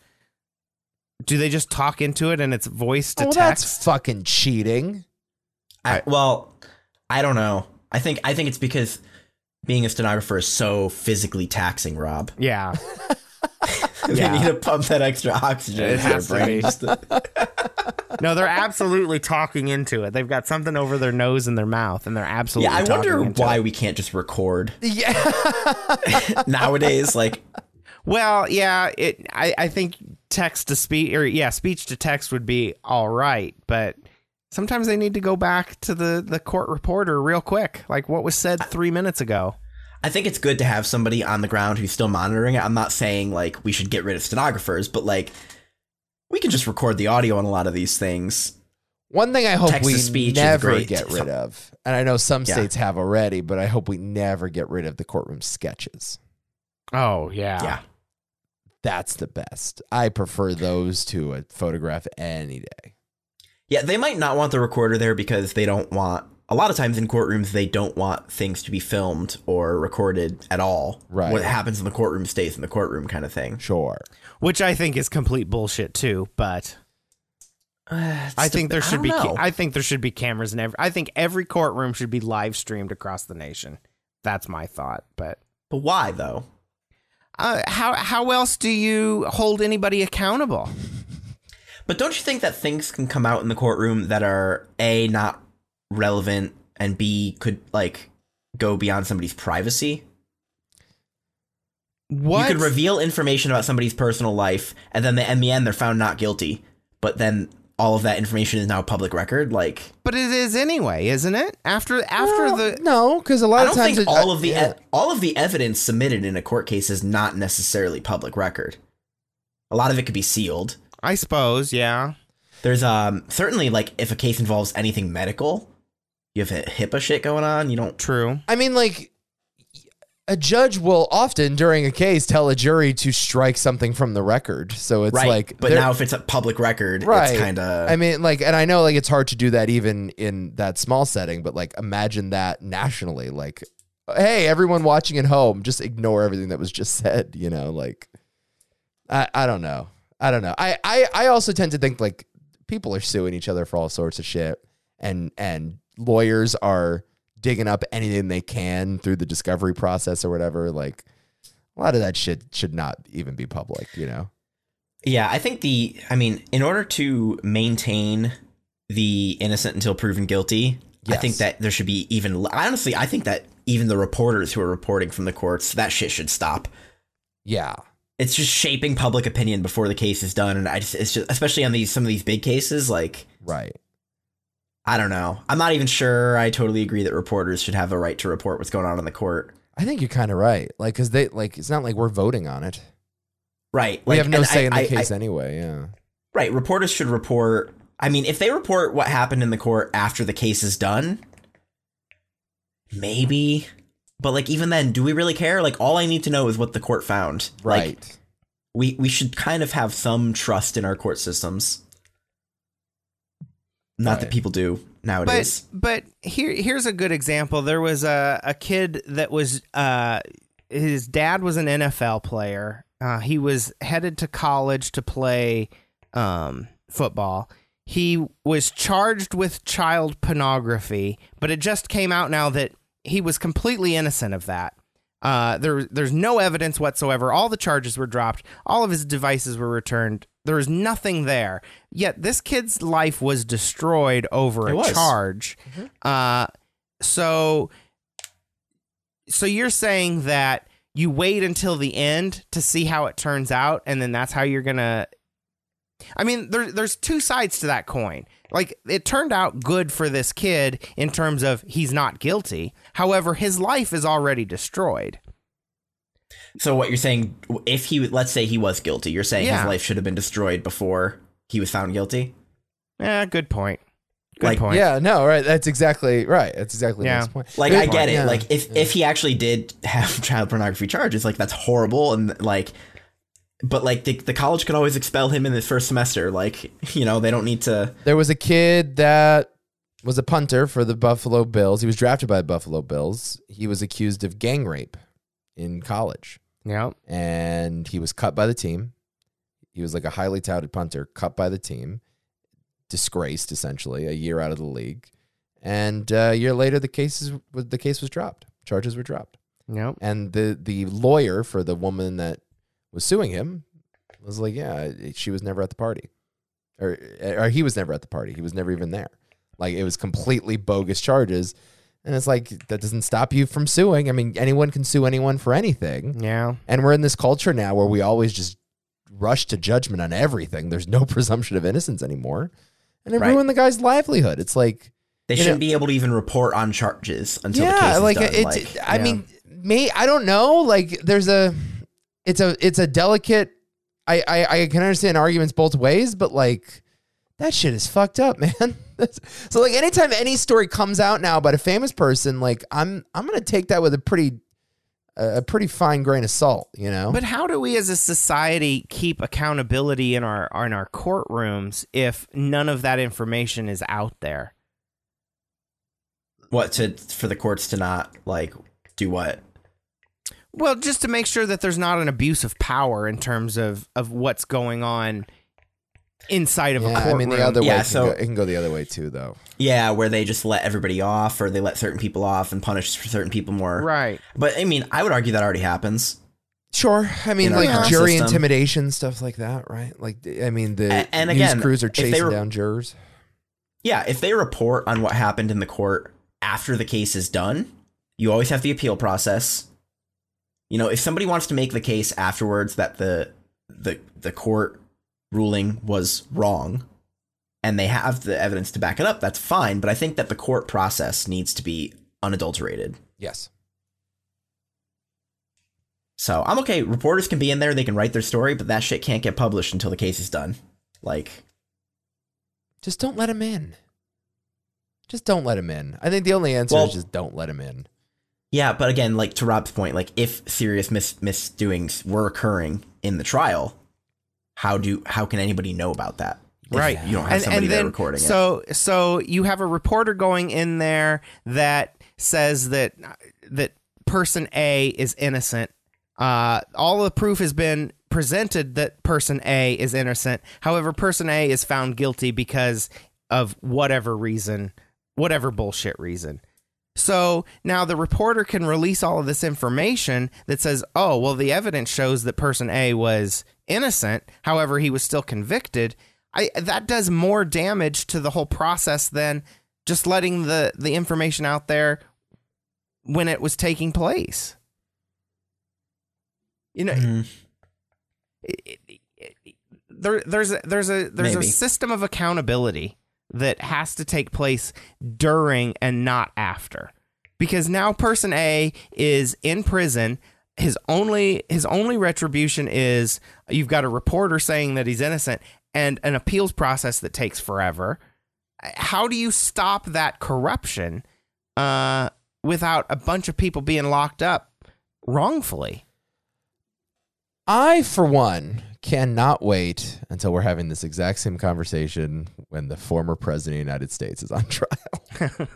do they just talk into it and it's voice to Oh, well, that's text? fucking cheating. I, well, I don't know. I think I think it's because being a stenographer is so physically taxing, Rob. Yeah. they Yeah. need to pump that extra oxygen It into their has to brain. be. just to- No, they're absolutely talking into it. They've got something over their nose and their mouth and they're absolutely yeah, I talking wonder into why it. we can't just record Yeah. nowadays. Like, Well, yeah, it. I, I think text to speech or yeah, speech to text would be all right, but sometimes they need to go back to the the court reporter real quick, like what was said three minutes ago. I think it's good to have somebody on the ground who's still monitoring it. I'm not saying like we should get rid of stenographers, but like we can just record the audio on a lot of these things. One thing I hope Text to we speech is never great. get rid of, and I know some Yeah. states have already, but I hope we never get rid of the courtroom sketches. Oh yeah, Yeah. That's the best. I prefer those to a photograph any day. Yeah, they might not want the recorder there because they don't want a lot of times in courtrooms they don't want things to be filmed or recorded at all. Right. What happens in the courtroom stays in the courtroom kind of thing. Sure. which I think is complete bullshit too. But I think there should be. I, don't ca- know. I think there should be cameras in every. I think every courtroom should be live streamed across the nation. That's my thought, but. but why though? Uh, how how else do you hold anybody accountable? But don't you think that things can come out in the courtroom that are a not relevant and b could like go beyond somebody's privacy? What You could reveal information about somebody's personal life, and then they, in the end, they're found not guilty. But then all of that information is now public record. Like, But it is anyway, isn't it? After after Well, the no, because a lot I of don't times it- think uh, all of the yeah. e- all of the evidence submitted in a court case is not necessarily public record. A lot of it could be sealed. I suppose, yeah. There's um certainly like if a case involves anything medical, you have HIPAA shit going on. You don't. True. I mean, like a judge will often during a case tell a jury to strike something from the record. So it's Right, like, but they're- now if it's a public record, Right. it's kind of I mean, like, and I know, like, it's hard to do that even in that small setting, but like, imagine that nationally. Like, hey, everyone watching at home, just ignore everything that was just said. You know, like, I, I don't know, I don't know. I, I, I also tend to think like people are suing each other for all sorts of shit, and and lawyers are digging up anything they can through the discovery process or whatever. Like, a lot of that shit should not even be public. You know, Yeah, I think the I mean, in order to maintain the innocent until proven guilty, I think Yes. that there should be even l- honestly, I think that even the reporters who are reporting from the courts, that shit should stop. yeah. It's just shaping public opinion before the case is done and I just it's just especially on these some of these big cases like Right. I don't know. I'm not even sure I totally agree that reporters should have a right to report what's going on in the court. I think you're kind of right. Like, cause they like it's not like we're voting on it. Right. we have no and say I- in the I- I- case anyway. Yeah. Right. Reporters should report. I mean, if they report what happened in the court after the case is done, maybe. But like, even then, do we really care? Like, all I need to know is what the court found. Like, Right. we we should kind of have some trust in our court systems. Not Right. that people do nowadays. But but here here's a good example. There was a, a kid that was uh his dad was an NFL player. Uh, he was headed to college to play um football. He was charged with child pornography, but it just came out now that he was completely innocent of that. Uh, there, there's no evidence whatsoever. All the charges were dropped. All of his devices were returned. There was nothing there. Yet this kid's life was destroyed over It a was. Mm-hmm. charge. Uh, so, so you're saying that you wait until the end to see how it turns out, and then that's how you're gonna. I mean, there, there's two sides to that coin. Like, it turned out good for this kid in terms of he's not guilty. However, his life is already destroyed. so what you're saying, if he let's say he was guilty, you're saying his Yeah. life should have been destroyed before he was found guilty. Yeah, Eh, good point. Good Like, point. Yeah. No. Right. That's exactly right. That's exactly Yeah. yeah. point. Like Good I point, get it. yeah. Like if if he actually did have child pornography charges, like that's horrible and like but like the, the college could always expel him in his first semester. Like, you know, they don't need to there was a kid that was a punter for the Buffalo Bills. He was drafted by the Buffalo Bills. He was accused of gang rape in college, Yep. and he was cut by the team. He was like a highly touted punter, cut by the team, disgraced essentially, a year out of the league, and uh, a year later the cases the case was dropped. Charges were dropped. Yep. And the the lawyer for the woman that was suing him was like, yeah, it- she was never at the party, or or he was never at the party. He was never even there. Like it was completely bogus charges. And it's like that doesn't stop you from suing. I mean, anyone can sue anyone for anything. Yeah. And we're in this culture now where we always just rush to judgment on everything. There's no presumption of innocence anymore. And it Right. ruined the guy's livelihood. It's like They You know- shouldn't be able to even report on charges until the yeah, case is like uh, done. it's. like, I yeah. mean, may I don't know. Like there's a, it's a it's a delicate. I I, I can understand arguments both ways, but like that shit is fucked up, man. That's- so like anytime any story comes out now about a famous person, like I'm I'm gonna take that with a pretty a a pretty fine grain of salt, you know. But how do we as a society keep accountability in our in our courtrooms if none of that information is out there? what to for the courts to not like do what? Well, just to make sure that there's not an abuse of power in terms of of what's going on inside of a yeah, I courtroom. mean the other way Yeah, can so- go, it can go the other way too, though. Yeah, where they just let everybody off, or they let certain people off and punish certain people more. right. But I mean, I would argue that already happens. Sure, I mean In our like current jury system. intimidation stuff like that, right? Like I mean the A- and news again, crews are if they chasing were- down jurors. Yeah, if they report on what happened in the court after the case is done, you always have the appeal process. You know, if somebody wants to make the case afterwards that the the the court ruling was wrong and they have the evidence to back it up, that's fine, but I think that the court process needs to be unadulterated. Yes. So, I'm okay, reporters can be in there, they can write their story, but that shit can't get published until the case is done. Like Just don't let him in. Just don't let him in. I think the only answer Well- is just don't let him in. Yeah, but again, like to Rob's point, like if serious mis- misdoings were occurring in the trial, how do how can anybody know about that? if Right. You don't have somebody there recording it. so, So you have a reporter going in there that says that that person A is innocent. Uh, all the proof has been presented that person A is innocent. However, person A is found guilty because of whatever reason, whatever bullshit reason. So now the reporter can release all of this information that says, oh, well, the evidence shows that person A was innocent. However, he was still convicted. I, that does more damage to the whole process than just letting the, the information out there when it was taking place. You know, Mhm. it- it- it- there there's a, there's a there's Maybe. a system of accountability that has to take place during and not after because now person A is in prison his only his only retribution is you've got a reporter saying that he's innocent and an appeals process that takes forever how do you stop that corruption uh, without a bunch of people being locked up wrongfully I, for one, cannot wait until we're having this exact same conversation when the former president of the United States is on trial.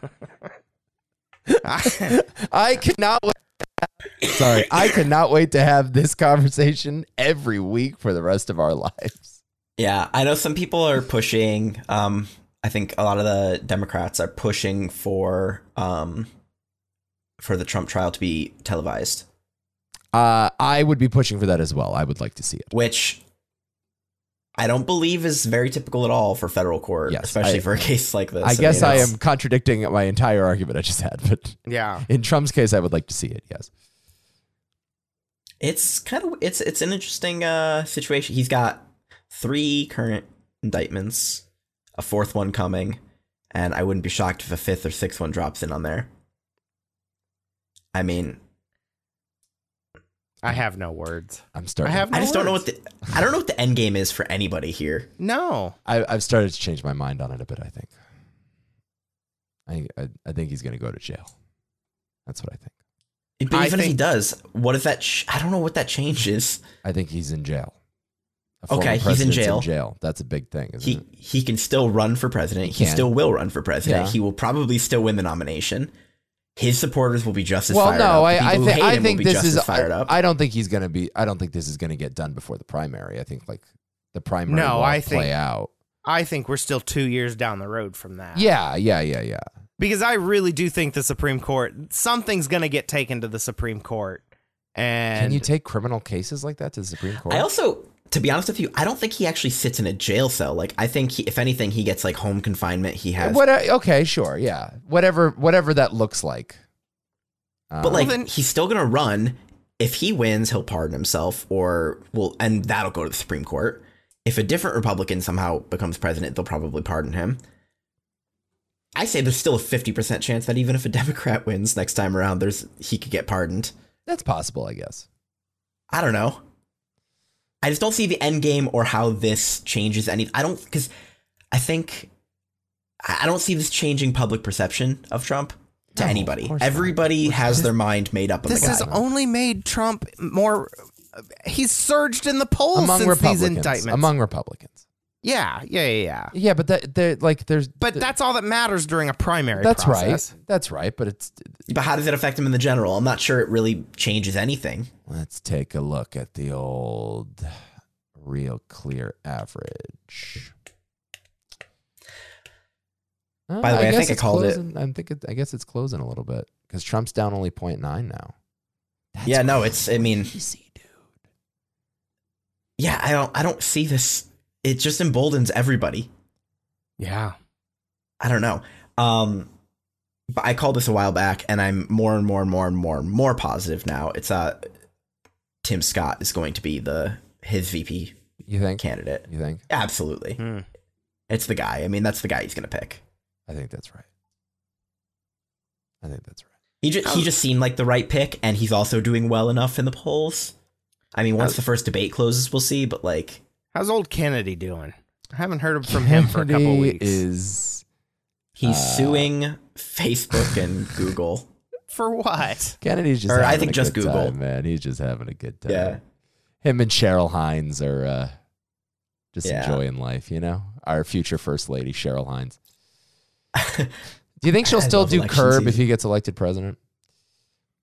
I cannot wait. Sorry, I cannot wait to have this conversation every week for the rest of our lives. yeah, I know some people are pushing. Um, I think a lot of the Democrats are pushing for um, for the Trump trial to be televised, Uh, I would be pushing for that as well. I would like to see it. which I don't believe is very typical at all for federal court, Yes, especially I- for a case like this. I guess mean, I it's- am contradicting my entire argument I just had, but yeah in Trump's case, I would like to see it. Yes. it's kind of it's it's an interesting uh situation he's got three current indictments a fourth one coming and i wouldn't be shocked if a fifth or sixth one drops in on there i mean i have no words I'm starting. I have- i just don't know what the i don't know what the end game is for anybody here no I, I've started to change my mind on it a bit. I think. I I, I think he's going to go to jail. That's what I think. but I even if he think- does what if that ch- i don't know what that change is I think he's in jail. A Okay, former he's in president's jail. That's a big thing, isn't he it? he can still run for president He he, can. still will run for president Yeah. he will probably still win the nomination his supporters will be just as Well, fired no, up. I, The I, people who think hate I him will think be this just as is. fired up. I, I don't think he's going to be. I don't think this is going to get done before the primary. I think like the primary. No, will I play think- Ah. out. I think we're still two years down the road from that. Yeah, yeah, yeah, yeah. Because I really do think the Supreme Court, something's going to get taken to the Supreme Court. And Can you take criminal cases like that to the Supreme Court? I also to be honest with you, I don't think he actually sits in a jail cell. Like, I think he, if anything, he gets like home confinement. He has, What? uh, Okay, sure, yeah, whatever, whatever that looks like. Um, but like, then- he's still gonna run. If he wins, he'll pardon himself, or well, and that'll go to the Supreme Court. If a different Republican somehow becomes president, they'll probably pardon him. I say there's still a fifty percent chance that even if a Democrat wins next time around, there's he could get pardoned. That's possible, I guess. I don't know. I just don't see the end game or how this changes any. I don't because I think I I don't see this changing public perception of Trump to No, of anybody. course not. Everybody has their mind made up. On This the guy. has only made Trump more. He's surged in the polls among since Republicans, these indictments. among Republicans. yeah, yeah, yeah, yeah. Yeah, but that they're like there's But that's all that matters during a primary. that's process. right, that's right. But it's but how does it affect him in the general? I'm not sure it really changes anything. let's take a look at the old real clear average. Uh, By the way, I guess think I it's called it- closing- I think it, I guess it's closing a little bit because Trump's down only 0.9 now. That's yeah, no, it's. I mean, crazy, dude. yeah, I don't. I don't see this. It just emboldens everybody. Yeah. I don't know. Um, but I called this a while back, and I'm more and more and more and more and more positive now. It's uh, Tim Scott is going to be the his VP You think? candidate. You think? Absolutely, Hmm. it's the guy. I mean, that's the guy he's gonna pick. I think that's right. I think that's right. He just he just seemed like the right pick, and he's also doing well enough in the polls. I mean, once the first debate closes, we'll see. But like, How's old Kennedy doing? I haven't heard from him for a couple Kennedy weeks. Is he's Uh, suing Facebook and Google. for what? Kennedy's just Or I having think a just good Google. time, man. He's just having a good time. Yeah. Him and Cheryl Hines are uh, just Yeah. enjoying life, you know. Our future first lady, Cheryl Hines. Do you think she'll I still love do election curb if season. he gets elected president?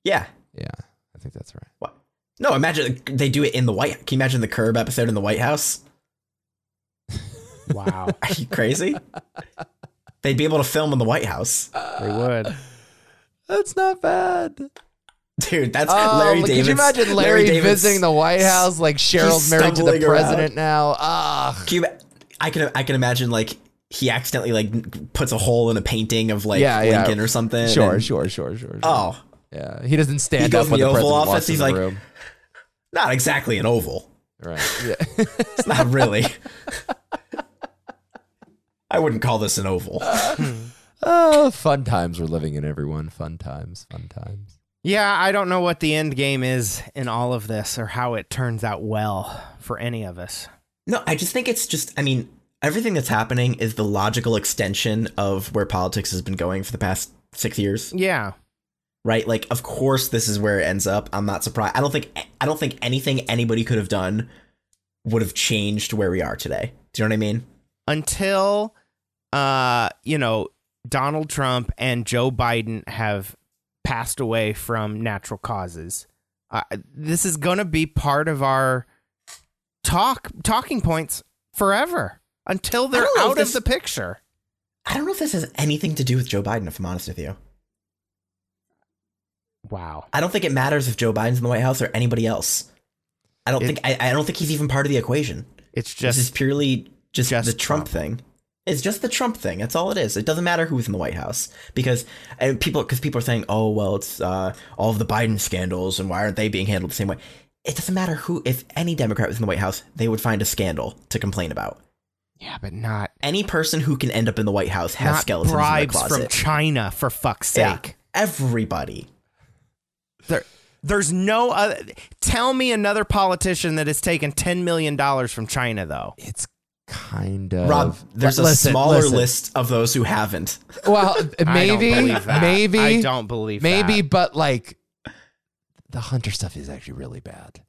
Yeah. Yeah, I think that's right. What? No, imagine they do it in the White. Can you imagine the Curb episode in the White House? Wow. Are you crazy? They'd be able to film in the White House. they would. That's not bad. Dude, that's Oh, Larry look, David. could you imagine Larry, visiting the White House like Cheryl's married to the stumbling around. president now? Ah, Can you, I can I can imagine like he accidentally like puts a hole in a painting of like Yeah, yeah. Lincoln or something. sure, and- sure, sure, sure, sure. Oh, yeah, he doesn't stand goes up in when the the, Oval president Office, walks in he's the like- room. not exactly an oval. Right. Yeah. It's not really. I wouldn't call this an oval. oh, fun times we're living in, everyone. Fun times. Fun times. Yeah, I don't know what the end game is in all of this or how it turns out well for any of us. No, I just think it's just, I mean, everything that's happening is the logical extension of where politics has been going for the past six years, Yeah. right? Like, of course, this is where it ends up. I'm not surprised. I don't think, I don't think anything anybody could have done would have changed where we are today. Do you know what I mean? Until uh, you know, Donald Trump and Joe Biden have passed away from natural causes. Uh, this is going to be part of our talk talking points forever until I they're don't know if out this- of the picture. I don't know if this has anything to do with Joe Biden, if I'm honest with you. Wow. I don't think it matters if Joe Biden's in the White House or anybody else. I don't It- think, I, I don't think he's even part of the equation. It's this is just purely just, just the Trump. Trump, thing. It's just the Trump thing. That's all it is. It doesn't matter who's in the White House because and people because people are saying, "Oh, well, it's uh, all of the Biden scandals, and why aren't they being handled the same way?" It doesn't matter who. If any Democrat was in the White House, they would find a scandal to complain about. yeah, but not Any person who can end up in the White House has not skeletons in their bribes closet. from China for fuck's Yeah. sake. everybody. There, there's no other. Tell me another politician that has taken ten million dollars from China, though. It's kind Uh, of. Rob, there's a Listen, smaller listen. list of those who haven't. Well, maybe, I don't believe that. maybe, I don't believe maybe, that. but like the Hunter stuff is actually really bad.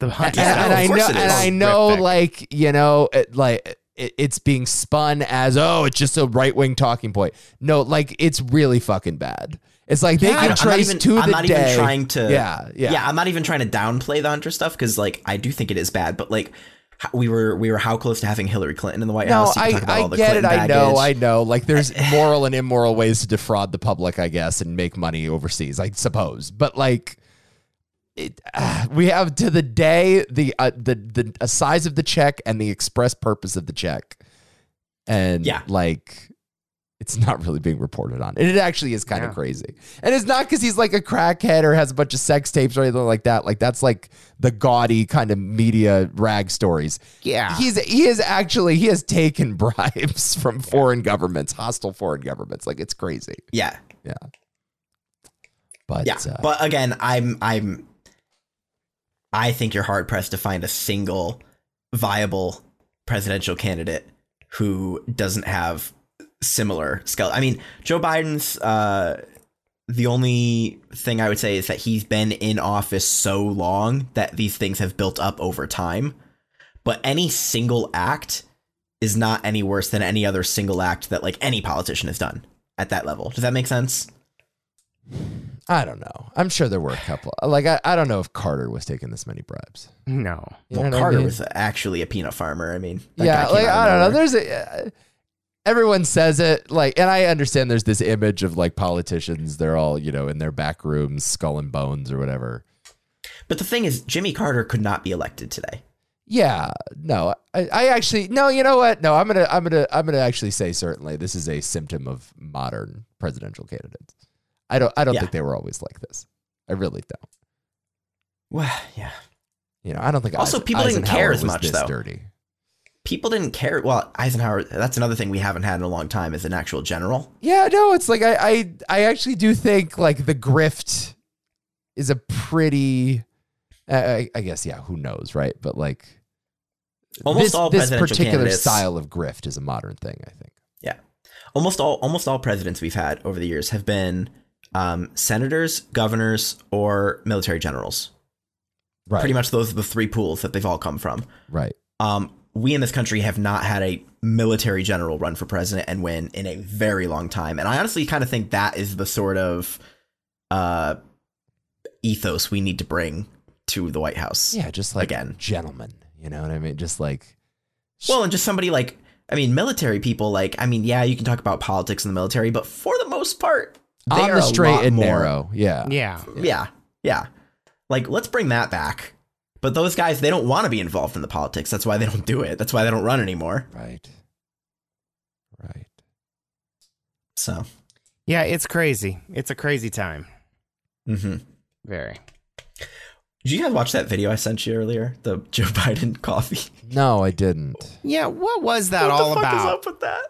the And, hundred. Yeah, and of I know, course it and is. I know, Horrific. like you know, it, like it, it's being spun as oh, it's just a right wing talking point. No, like it's really fucking bad. It's like they Yeah, I can don't- I'm not trace even, to I'm the not day. even trying to. yeah, yeah, I'm not even trying to downplay the Hunter stuff because, like, I do think it is bad. But like, h- we were we were how close to having Hillary Clinton in the White No, House? You I, can talk about I all the get it. Clinton I know. I baggage. know. Like, there's moral and immoral ways to defraud the public, I guess, and make money overseas, I suppose. But like, it, ah, we have to the day the uh, the the uh, size of the check and the express purpose of the check, and Yeah. like it's not really being reported on, and it actually is kind Yeah. of crazy. And it's not because he's like a crackhead or has a bunch of sex tapes or anything like that. Like that's like the gaudy kind of media rag stories. Yeah. he's he is actually he has taken bribes from foreign governments, hostile foreign governments. Like it's crazy, Yeah. but Yeah. uh, but again, I'm I'm I think you're hard pressed to find a single viable presidential candidate who doesn't have similar skill. I mean, Joe Biden's uh the only thing I would say is that he's been in office so long that these things have built up over time. But any single act is not any worse than any other single act that like any politician has done at that level. Does that make sense? I don't know. I'm sure there were a couple. Like I, I don't know if Carter was taking this many bribes. No. You know Well, what I Carter mean? was actually a peanut farmer. I mean, that guy yeah, came like out I of don't know. nowhere. There's a. Uh, everyone says it like, and I understand there's this image of like politicians. They're all you know in their back rooms, skull and bones or whatever. But the thing is, Jimmy Carter could not be elected today. Yeah, no, I, I actually no. You know what? No, I'm gonna, I'm gonna, I'm gonna actually say certainly this is a symptom of modern presidential candidates. I don't, I don't Yeah. think they were always like this. I really don't. Well, yeah. You know, I don't think Also, Eisen- people didn't Eisenhower care as was much, this though. Dirty. People didn't care. Well, Eisenhower, that's another thing we haven't had in a long time is an actual general. Yeah, no, it's like I, I I actually do think like the grift is a pretty I, I- I guess yeah, who knows, right? But like Almost this, all this presidential particular candidates- style of grift is a modern thing, I think. Almost all almost all presidents we've had over the years have been um, senators, governors, or military generals. Right. Pretty much those are the three pools that they've all come from. Right. Um, we in this country have not had a military general run for president and win in a very long time. And I honestly kind of think that is the sort of uh, ethos we need to bring to the White House. Yeah, just like Again. gentlemen. You know what I mean? Just like Well, and just somebody like, I mean, military people, like, I mean, yeah, you can talk about politics in the military, but for the most part, they on are the a straight lot and more- narrow. Yeah. Yeah. Yeah. Yeah. Like, let's bring that back. But those guys, they don't want to be involved in the politics. That's why they don't do it. That's why they don't run anymore. Right. Right. So, Yeah, it's crazy. It's a crazy time. mm-hmm. Very. Did you guys watch that video I sent you earlier? The Joe Biden coffee. No, I didn't. Yeah, what was that what all the fuck is about? up with that?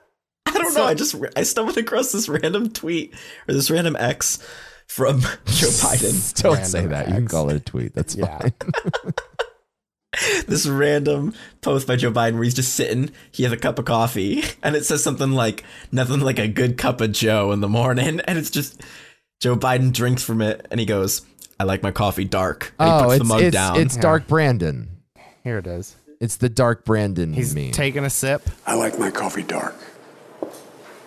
I don't So- know. I just I stumbled across this random tweet or this random X from Joe Biden. Don't Random say that. You can acts. call it a tweet. That's Yeah. fine. This random post by Joe Biden where he's just sitting. He has a cup of coffee, and it says something like nothing like a good cup of Joe in the morning, and it's just Joe Biden drinks from it, and he goes, "I like my coffee dark." And he Oh, puts it's the mug it's, down. it's Dark Brandon. Here it is. It's the dark Brandon He's meme. taking a sip. I like my coffee dark.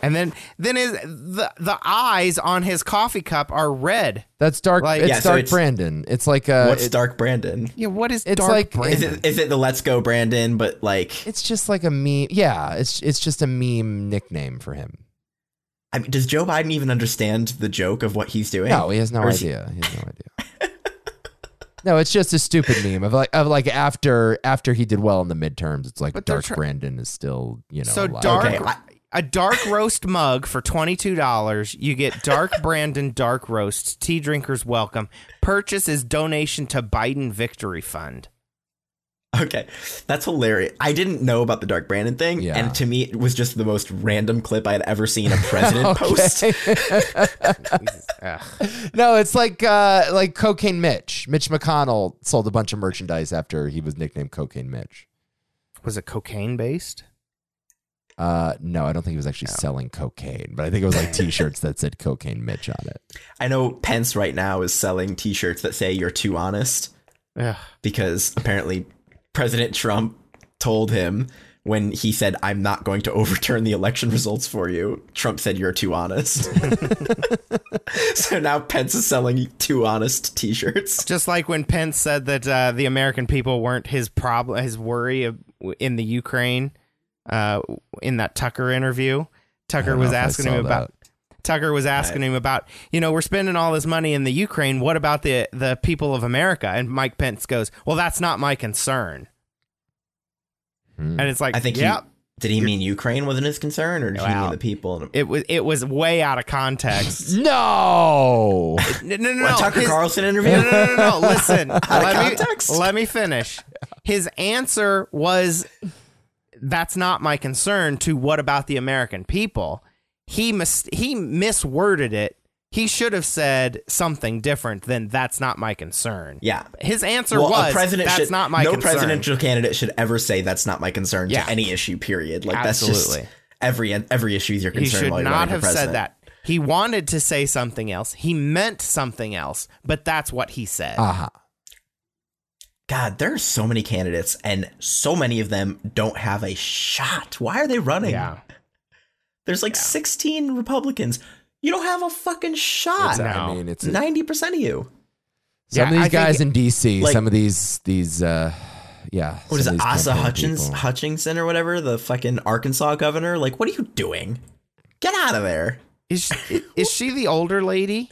And then then his the the eyes on his coffee cup are red. That's dark. Like- it's Yeah, so dark it's- Brandon. It's like a. What's uh, it- dark, Brandon? Yeah, what is It's dark like- Is Brandon? it is it the Let's Go Brandon? But like, it's just like a meme. Yeah, it's it's just a meme nickname for him. I mean, does Joe Biden even understand the joke of what he's doing? No, he has no Or is he- idea. He has no idea. no, it's just a stupid meme of like of like after after he did well in the midterms. It's like But they're dark try- Brandon is still you know so alive. dark Okay, I- a dark roast mug for $22 you get dark brandon dark roast tea drinkers welcome purchase is donation to biden victory fund Okay, that's hilarious. I didn't know about the Dark Brandon thing, Yeah. and to me, it was just the most random clip I had ever seen a president post. Ugh. No, it's like uh like Cocaine Mitch. Mitch McConnell sold a bunch of merchandise after he was nicknamed Cocaine Mitch. was it cocaine based Uh, no, I don't think he was actually selling cocaine, but I think it was like T-shirts that said "Cocaine Mitch" on it. I know Pence right now is selling T-shirts that say "You're too honest" Ugh. because apparently President Trump told him when he said, "I'm not going to overturn the election results for you." Trump said, "You're too honest." so now Pence is selling "Too Honest" T-shirts. just like when pence said that uh, the american people weren't his problem his worry of, in the ukraine uh, in that tucker interview I tucker don't was know if I asking saw him about Tucker was asking him about, you know, we're spending all this money in the Ukraine. What about the the people of America? And Mike Pence goes, "Well, that's not my concern." Hmm. And it's like, I think. yep. He, did he mean Ukraine wasn't his concern, or did he mean Wow. the people? it was it was way out of context. No. No, no, no. A no. Tucker His- Carlson interview. No, no, no, no, no. Listen, of let context? me let me finish. His answer was, "That's not my concern." To what about the American people? He mis- he misworded it. He should have said something different than "That's not my concern." Yeah. his answer Well, was, a president "That's should, not my no concern." presidential candidate should ever say that's not my concern Yeah. to any issue. Period. Like that's Absolutely. just every every issue is your He concern. should while you're not running have for said president. that. He wanted to say something else. He meant something else, but that's what he said. Ah. Uh-huh. God, there are so many candidates, and so many of them don't have a shot. Why are they running? yeah. There's like 16 Republicans. You don't have a fucking shot. It's- I no. mean, it's Ninety percent of you. some Yeah, of these I think- guys in DC, like- some of these these uh yeah. What is some it, of these Asa campaign Hutchins, people. Hutchinson, or whatever, the fucking Arkansas governor? Like, what are you doing? Get out of there! Is she, is she the older lady?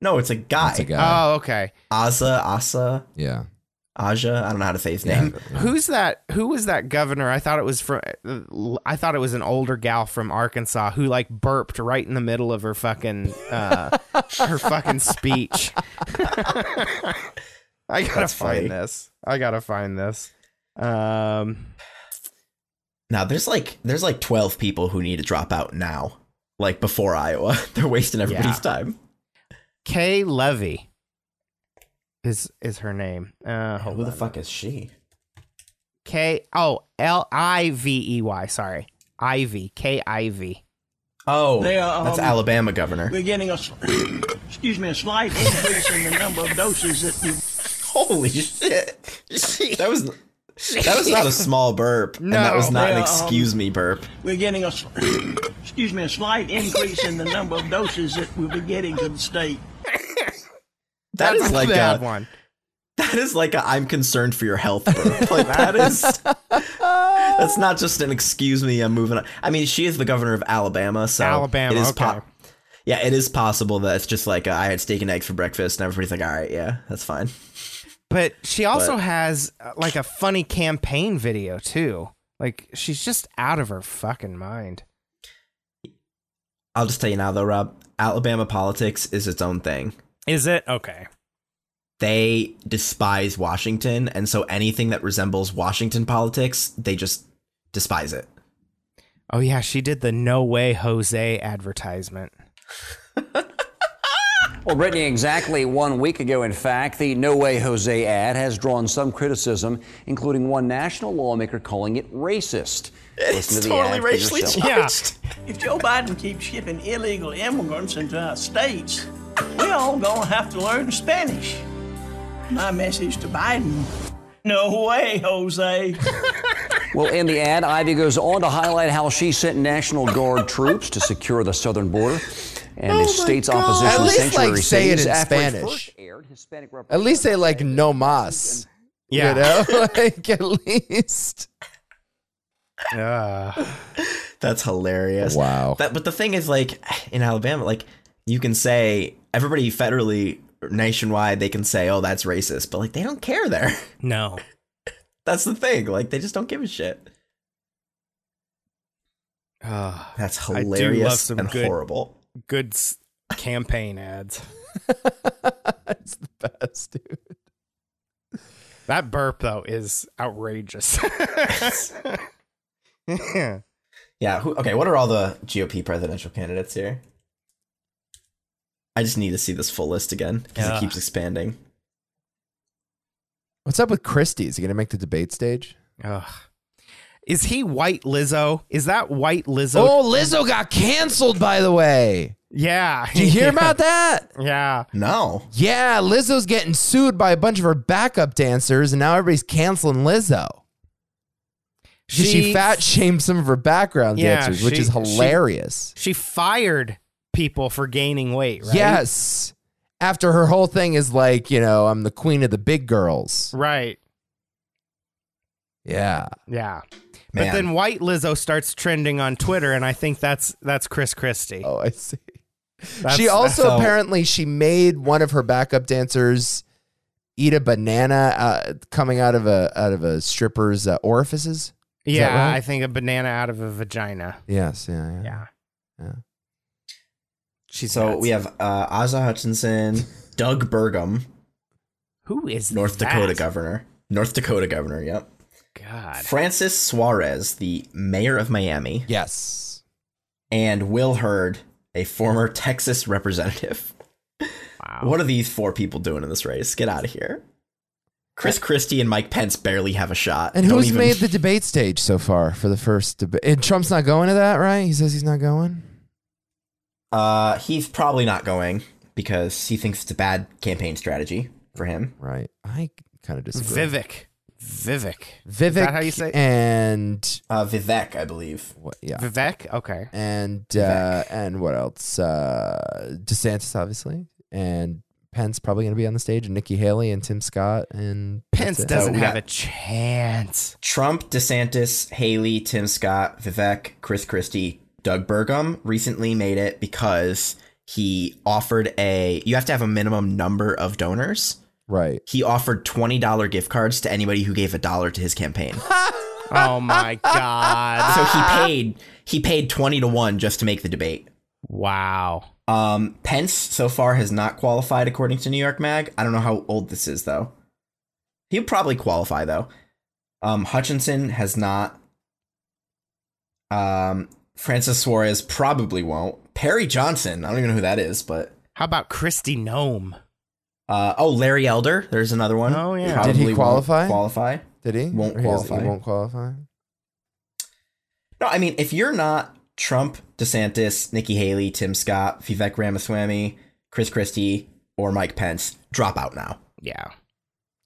No, it's a guy. That's a guy. oh, okay. Asa, Asa, yeah. Aja. I don't know how to say his name. Who's that? Who was that governor? I thought it was from. I thought it was an older gal from Arkansas who like burped right in the middle of her fucking uh, her fucking speech. I gotta That's find funny. this. I gotta find this. Um, Now there's like there's like twelve people who need to drop out now, like before Iowa. They're wasting everybody's Yeah. time. Kay Levy is is her name. Uh, hold Oh, Who the on. fuck is she? K oh L I V E Y. Sorry, Ivy K I V. Oh, They are, that's um, Alabama governor. We're getting a, s- excuse me, a slight increase in the number of doses that you Holy shit! That was that was not a small burp, and that was No. not They an are, excuse me burp. We're getting a, s- excuse me, a slight increase in the number of doses that we'll be getting to the state. That is like bad a one. that is like a I'm concerned for your health burp. Like that is that's not just an excuse me. I'm moving on. I mean, she is the governor of Alabama, so Alabama, It is okay. yeah, it is possible that it's just like uh, I had steak and eggs for breakfast, and everybody's like, "All right, yeah, that's fine." But she also has uh, like a funny campaign video too. Like she's just out of her fucking mind. I'll just tell you now, though, Rob. Alabama politics is its own thing. Is it okay? they despise Washington, and so anything that resembles Washington politics, they just despise it. Oh yeah, she did the No Way Jose advertisement. Well, Brittany, exactly one week ago, in fact, the No Way Jose ad has drawn some criticism, including one national lawmaker calling it racist. Listen to the ad for yourself. If Joe Biden keeps shipping illegal immigrants into our states, we're all gonna have to learn Spanish. My message to Biden, no way, Jose. Well, in the ad, Ivy goes on to highlight how she sent National Guard troops to secure the southern border. And the state's opposition Oh, At least, like, sanctuary say it cities in after it Spanish. first aired, Hispanic At least they like representatives- no mas. Yeah. You know? like at least. Ugh. That's hilarious. Wow. That, but the thing is, like in Alabama, like you can say everybody federally, nationwide, they can say, "Oh, that's racist," but like they don't care there. no. That's the thing. Like they just don't give a shit. Ugh. That's I do love hilarious some and good- horrible. Good s- campaign ads. It's the best, dude. That burp though is outrageous. Yeah. Who, okay. What are all the GOP presidential candidates here? I just need to see this full list again because Yeah. it keeps expanding. What's up with Christie? Is he gonna make the debate stage? Ugh. Is he white Lizzo? Is that white Lizzo? Oh, Lizzo got canceled, by the way. Yeah. Did you hear about that? Yeah. No. Yeah, Lizzo's getting sued by a bunch of her backup dancers, and now everybody's canceling Lizzo. She, she fat shamed some of her background Yeah, dancers, which she- is she- hilarious. She fired people for gaining weight, right? Yes. After her whole thing is like, you know, I'm the queen of the big girls. Right. Yeah. Yeah. But Man. then white Lizzo starts trending on Twitter and I think that's that's Chris Christie. Oh, I see. she That's- also that's all- apparently she made one of her backup dancers eat a banana uh, coming out of a out of a stripper's uh, orifices. Yeah, right? I think a banana out of a vagina. Yes, yeah, yeah. Yeah. She's So nuts. we have uh, Ozza Hutchinson, Doug Burgum, who is North that? Dakota governor. North Dakota governor, yep. God. Francis Suarez, the mayor of Miami, Yes. and Will Hurd, a former Texas representative. Wow. What are these four people doing in this race? Get out of here. Chris Christie and Mike Pence barely have a shot. And Don't who's even- made the debate stage so far for the first debate? And Trump's not going to that, right? He says he's not going. Uh, he's probably not going because he thinks it's a bad campaign strategy for him. Right. I kind of disagree. Vivek. Vivek. Vivek Is that how you say it? and Uh, Vivek, I believe. what? Yeah. Vivek? Okay. and uh, and what else? Uh, DeSantis, obviously, and Pence probably going to be on the stage, and Nikki Haley and Tim Scott and that's Pence it. doesn't we have got- a chance. Trump, DeSantis, Haley, Tim Scott, Vivek, Chris Christie, Doug Burgum recently made it because he offered a you have to have a minimum number of donors. right. He offered $20 gift cards to anybody who gave a dollar to his campaign. Oh my god. so he paid he paid 20 to 1 just to make the debate. Wow. Um, Pence so far has not qualified according to New York Mag. I don't know how old this is though. He'll probably qualify though. Um, Hutchinson has not. Um, Francis Suarez probably won't. Perry Johnson, I don't even know who that is, but How about Christy Nome? uh, oh, Larry Elder, there's another one. Oh, yeah. Probably Did he won't qualify? Qualify? Did he? Won't Or he doesn't- qualify. He won't qualify. No, I mean if you're not Trump, DeSantis, Nikki Haley, Tim Scott, Vivek Ramaswamy, Chris Christie, or Mike Pence, drop out now. Yeah.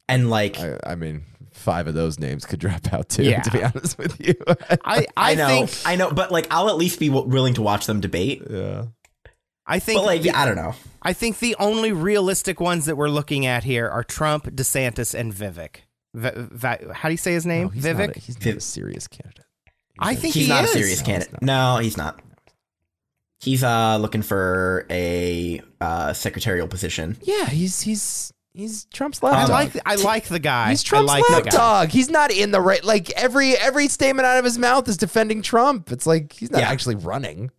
And like, I, I mean, five of those names could drop out too. Yeah. To be honest with you, I, I, I, know, think I know, but like, I'll at least be w- willing to watch them debate. yeah. I think But like, yeah, I don't know. I think the only realistic ones that we're looking at here are Trump, DeSantis, and Vivek. V- v- how do you say his name? No, he's Not a, Vivek. he's not a serious candidate. I think He's he not is. a serious No, candidate. he's No, he's not. He's uh looking for a uh secretarial position. Yeah, he's he's he's Trump's I lapdog. like I like the guy. He's Trump's I like the guy. lapdog. He's not in the right. Like every every statement out of his mouth is defending Trump. It's like he's not Yeah. actually running.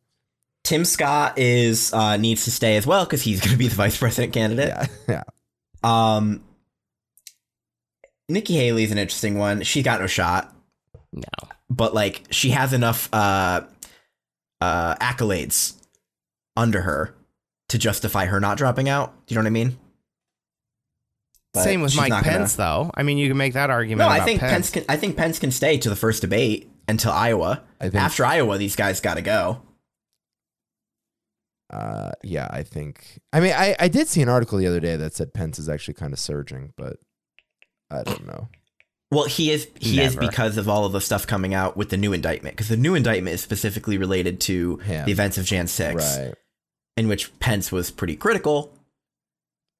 Tim Scott is uh needs to stay as well because he's going to be the vice president candidate. Yeah, yeah. Um, Nikki Haley's an interesting one. She got no shot. No. but like she has enough uh uh accolades under her to justify her not dropping out. Do you know what I mean? But Same with she's Mike not gonna- Pence, though. I mean, you can make that argument. No, I about think Pence. can. I think Pence can stay to the first debate until Iowa. I think- After Iowa, these guys got to go. uh, yeah, I think. I mean, I, I did see an article the other day that said Pence is actually kind of surging, but I don't know. Well, he is. He is Never. because of all of the stuff coming out with the new indictment. Because the new indictment is specifically related to Him. the events of Jan Six. Right. in which Pence was pretty critical,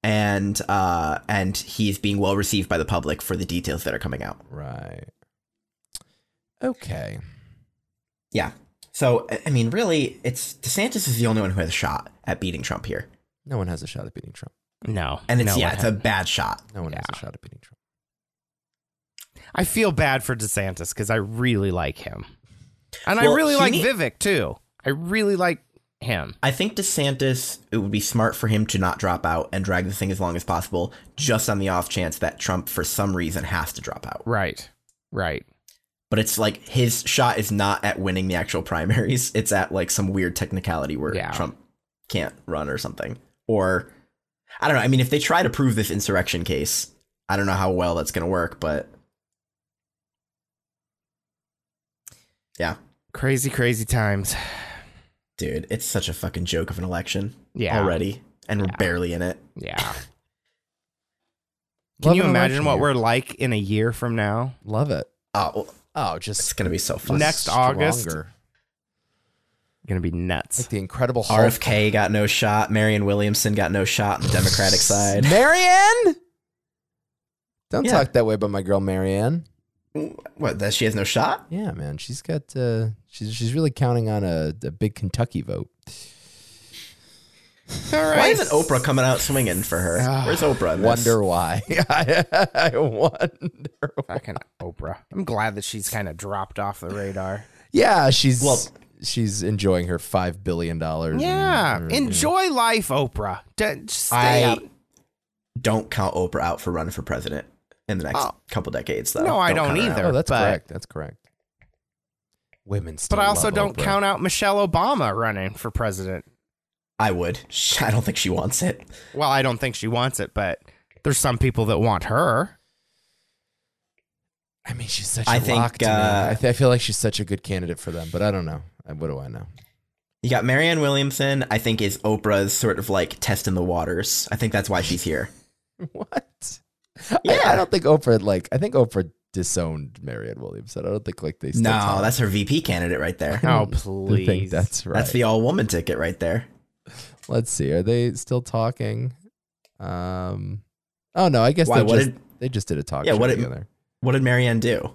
and uh, and he's being well received by the public for the details that are coming out. Right. Okay. Yeah. So I- I mean, really, it's DeSantis is the only one who has a shot at beating Trump here, No one has a shot at beating Trump. No, and it's no, yeah, I it's a bad shot. No one has Yeah. a shot at beating Trump. I feel bad for DeSantis because I really like him, and I Well, really he like need- Vivek too. I really like him. I think DeSantis, it would be smart for him to not drop out and drag the thing as long as possible, just on the off chance that Trump, for some reason, has to drop out. Right, right. But it's like his shot is not at winning the actual primaries. It's at like some weird technicality where Yeah. Trump can't run or something. Or I don't know. I mean, if they try to prove this insurrection case, I don't know how well that's going to work, but yeah, Crazy, crazy times. dude, it's such a fucking joke of an election Yeah, already. And we're barely in it. Yeah. Can Love you an imagine election what year. we're like in a year from now? Love it. Oh, well, Oh, it's just going to be so fun. Next August. stronger. Gonna be like nuts. the Incredible Hulk. RFK got no shot. Marion Williamson got no shot on the Democratic side. Marianne. Don't Yeah. talk that way about my girl Marianne. What? That she has no shot? Yeah, man, she's got uh, she's she's really counting on a, a big Kentucky vote. All right. Why isn't Oprah coming out swinging for her? Where's Oprah? in this? Wonder why. I, I wonder. Fucking Oprah. I'm glad that she's kind of dropped off the radar. Yeah, she's Well- she's enjoying her five billion dollars. Mm-hmm. Yeah. Enjoy life, Oprah. D- just stay I out. don't count Oprah out for running for president in the next couple decades, though. Oh. No, I don't count her either. out. Oh, that's but- correct. That's correct. Women, still But I also love don't Oprah. count out Michelle Obama running for president. I would. Sh- I don't think she wants it. Well, I don't think she wants it, but there's some people that want her. I mean, she's such. I a think, lock to me. uh, I, th- I feel like she's such a good candidate for them, but I don't know. Uh, What do I know? You got Marianne Williamson. I think is Oprah's sort of like testing the waters. I think that's why she's here. What? Yeah, I, don't think Oprah like. I think Oprah disowned Marianne Williamson. I don't think like they. Still No, talk. that's her VP candidate right there. Oh, I think please. that's right. That's the all woman ticket right there. Let's see. Are they still talking? Um. Oh no, I guess Why, they what just did- they just did a talk Yeah, show what did- together. What did Marianne do?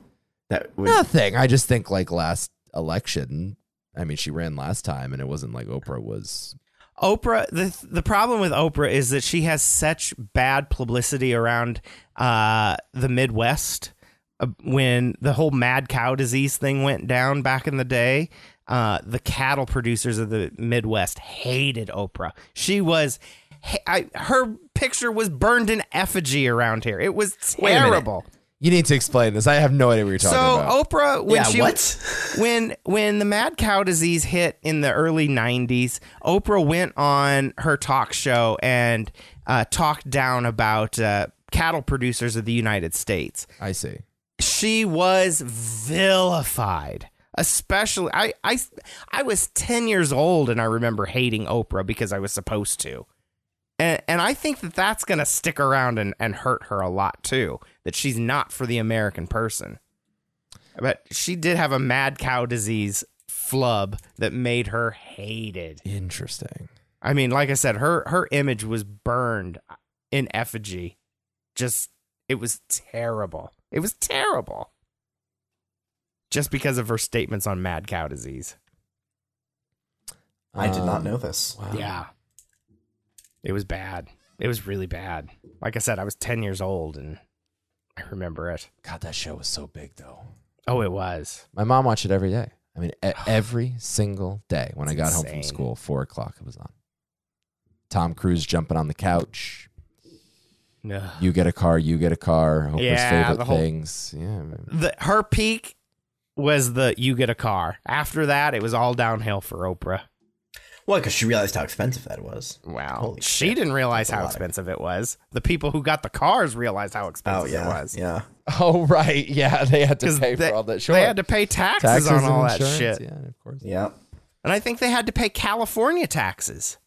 That was, Nothing. I just think like last election. I mean, she ran last time, and it wasn't like Oprah was. Oprah. The the problem with Oprah is that she has such bad publicity around uh, the Midwest. Uh, When the whole mad cow disease thing went down back in the day, uh, the cattle producers of the Midwest hated Oprah. She was, he- I, her picture was burned in effigy around here. It was Wait a minute. terrible. You need to explain this. I have no idea what you're talking So oh about. Oprah, when Yeah, she what? when when the mad cow disease hit in the early '90s, Oprah went on her talk show and uh, talked down about uh, cattle producers of the United States. I see. She was vilified. Especially, I, I, I was 10 years old and I remember hating Oprah because I was supposed to. And, and I think that that's going to stick around and, and hurt her a lot too, that she's not for the American person. But she did have a mad cow disease flub that made her hated. Interesting. I mean, like I said, her her image was burned in effigy. Just it was terrible. It was terrible. Just because of her statements on mad cow disease. I did not Um, know this. Wow. Yeah. It was bad. It was really bad. Like I said, I was 10 years old and I remember it. God, that show was so big though. Oh, it was. My mom watched it every day. I mean, e- every single day when I got home from insane. school, four o'clock it was on. Tom Cruise jumping on the couch. No. You get a car. You get a car. Oprah's Yeah, favorite the whole- things. Yeah. man. The, her peak was the you get a car. After that, it was all downhill for Oprah. Well, because she realized how expensive that was. Wow. Holy she shit. didn't realize That's a how lot of- expensive it was. The people who got the cars realized how Oh expensive yeah, it was. yeah. Oh right. Yeah, they had to 'Cause pay they, for all that. they had to pay taxes, on all that insurance, shit. Yeah, of course. Yeah. And I think they had to pay California taxes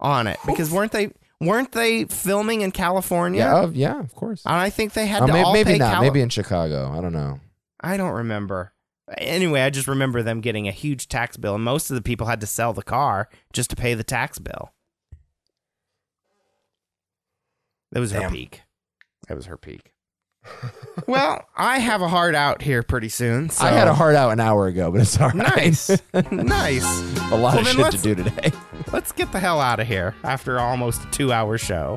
on it because weren't they weren't they filming in California? Yeah, oh, yeah, of course. And I think they Uh, had Oh, to may- all maybe pay not. Cali- maybe in Chicago. I don't know. I don't remember. Anyway, I just remember them getting a huge tax bill, and most of the people had to sell the car just to pay the tax bill. That was her Damn. peak. That was her peak. well, I have a heart out here pretty soon. So. I had a heart out an hour ago, but it's all right. Nice, nice. a lot Well, then of shit to let's- do today. Let's get the hell out of here after almost a two hour show.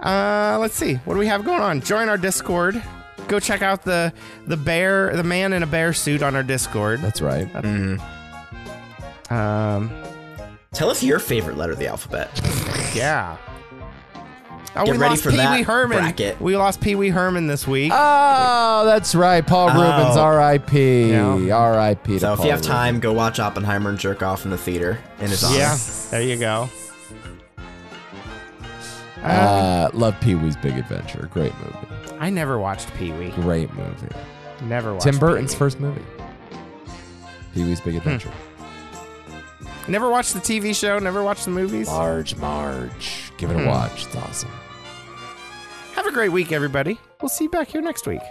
Uh, let's see. What do we have going on? Join our Discord. Go check out the the bear, the man in a bear suit on our Discord. That's right. Um, Tell us your favorite letter of the alphabet. yeah. Oh, Get we ready lost for Pee Wee that Herman. bracket. We lost Pee Wee Herman this week. Oh, that's right. Paul Rubens, Oh. R.I.P. Yeah. R.I.P. to So if Paul you have Rubens. time, go watch Oppenheimer and jerk off in the theater in his honor. yeah, there you go. Uh, uh, love Pee Wee's Big Adventure. Great movie. I never watched Pee Wee. Great movie. Never watched Tim Burton's Pee-wee. first movie. Pee Wee's Hmm. Big Adventure. Never watched the TV show. Never watched the movies. Large Marge. Hmm. Give it a watch. It's awesome. Have a great week, everybody. We'll see you back here next week.